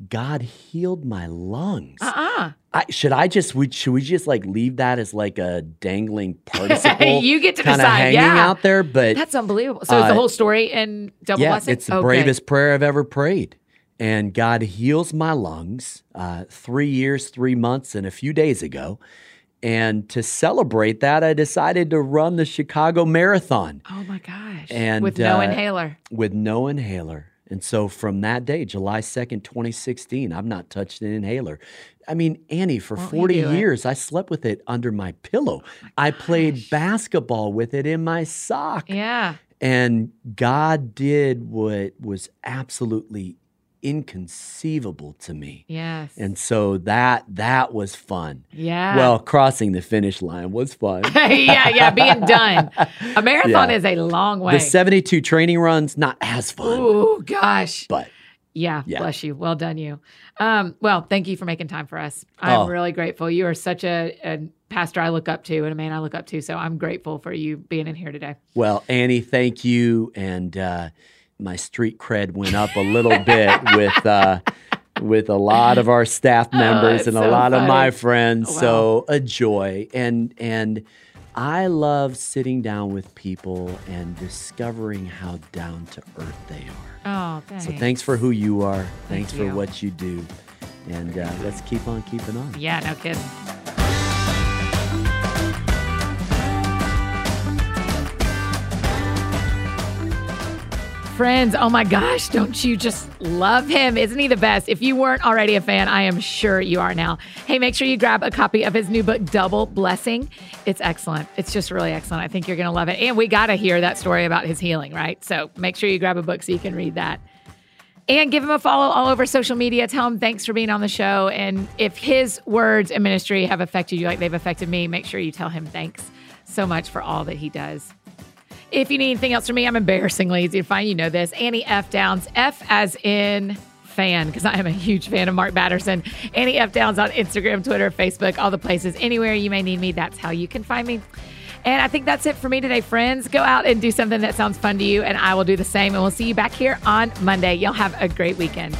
S2: God healed my lungs.
S1: Uh uh
S2: I, should I just would should we just like leave that as like a dangling participle?
S1: You get to
S2: kinda
S1: decide,
S2: hanging
S1: yeah.
S2: out there, but
S1: That's unbelievable. So it's the
S2: Uh,
S1: whole story in double
S2: yeah,
S1: blessing.
S2: it's the
S1: Okay.
S2: bravest prayer I've ever prayed, and God heals my lungs. Uh, three years, three months, and a few days ago, and to celebrate that, I decided to run the Chicago Marathon
S1: Oh my gosh.
S2: And,
S1: with no
S2: uh,
S1: inhaler.
S2: with no inhaler. And so from that day, July 2nd, 2016, I've not touched an inhaler. I mean, Annie, for
S1: Won't you
S2: 40
S1: do it? Oh
S2: years, I slept with it under my pillow. I played basketball with it in my sock.
S1: Yeah.
S2: And God did what was absolutely inconceivable to me.
S1: Yes.
S2: And so that that was fun.
S1: yeah.
S2: Well, crossing the finish line was fun.
S1: yeah, yeah, being done. A marathon
S2: Yeah.
S1: is a long way.
S2: the 72 training runs not as fun,
S1: oh gosh.
S2: but
S1: Yeah,
S2: Yeah.
S1: bless you. Well done, you. Um, well, thank you for making time for us. I'm
S2: Oh.
S1: really grateful. You are such a, a pastor I look up to and a man I look up to. So I'm grateful for you being in here today.
S2: Well, Annie, thank you. And uh, my street cred went up a little bit with uh, with a lot of our staff members
S1: that's
S2: and a
S1: Oh, so
S2: lot
S1: funny.
S2: of my friends. So a joy and and. I love sitting down with people and discovering how down to earth they are.
S1: Oh, thanks.
S2: So thanks for who you are. Thanks for
S1: you.
S2: what you do. And uh, let's keep on keeping on.
S1: Yeah, no kidding. Friends, oh my gosh, don't you just love him? Isn't he the best? If you weren't already a fan, I am sure you are now. Hey, make sure you grab a copy of his new book, Double Blessing. It's excellent. It's just really excellent. I think you're going to love it. And we got to hear that story about his healing, right? So make sure you grab a book so you can read that. And give him a follow all over social media. Tell him thanks for being on the show. And if his words and ministry have affected you like they've affected me, make sure you tell him thanks so much for all that he does. If you need anything else from me, I'm embarrassingly easy to find. You know this. Annie F. Downs, F as in fan, because I am a huge fan of Mark Batterson. Annie F. Downs on Instagram, Twitter, Facebook, all the places, anywhere you may need me, that's how you can find me. And I think that's it for me today, friends. Go out and do something that sounds fun to you, and I will do the same. And we'll see you back here on Monday. Y'all have a great weekend.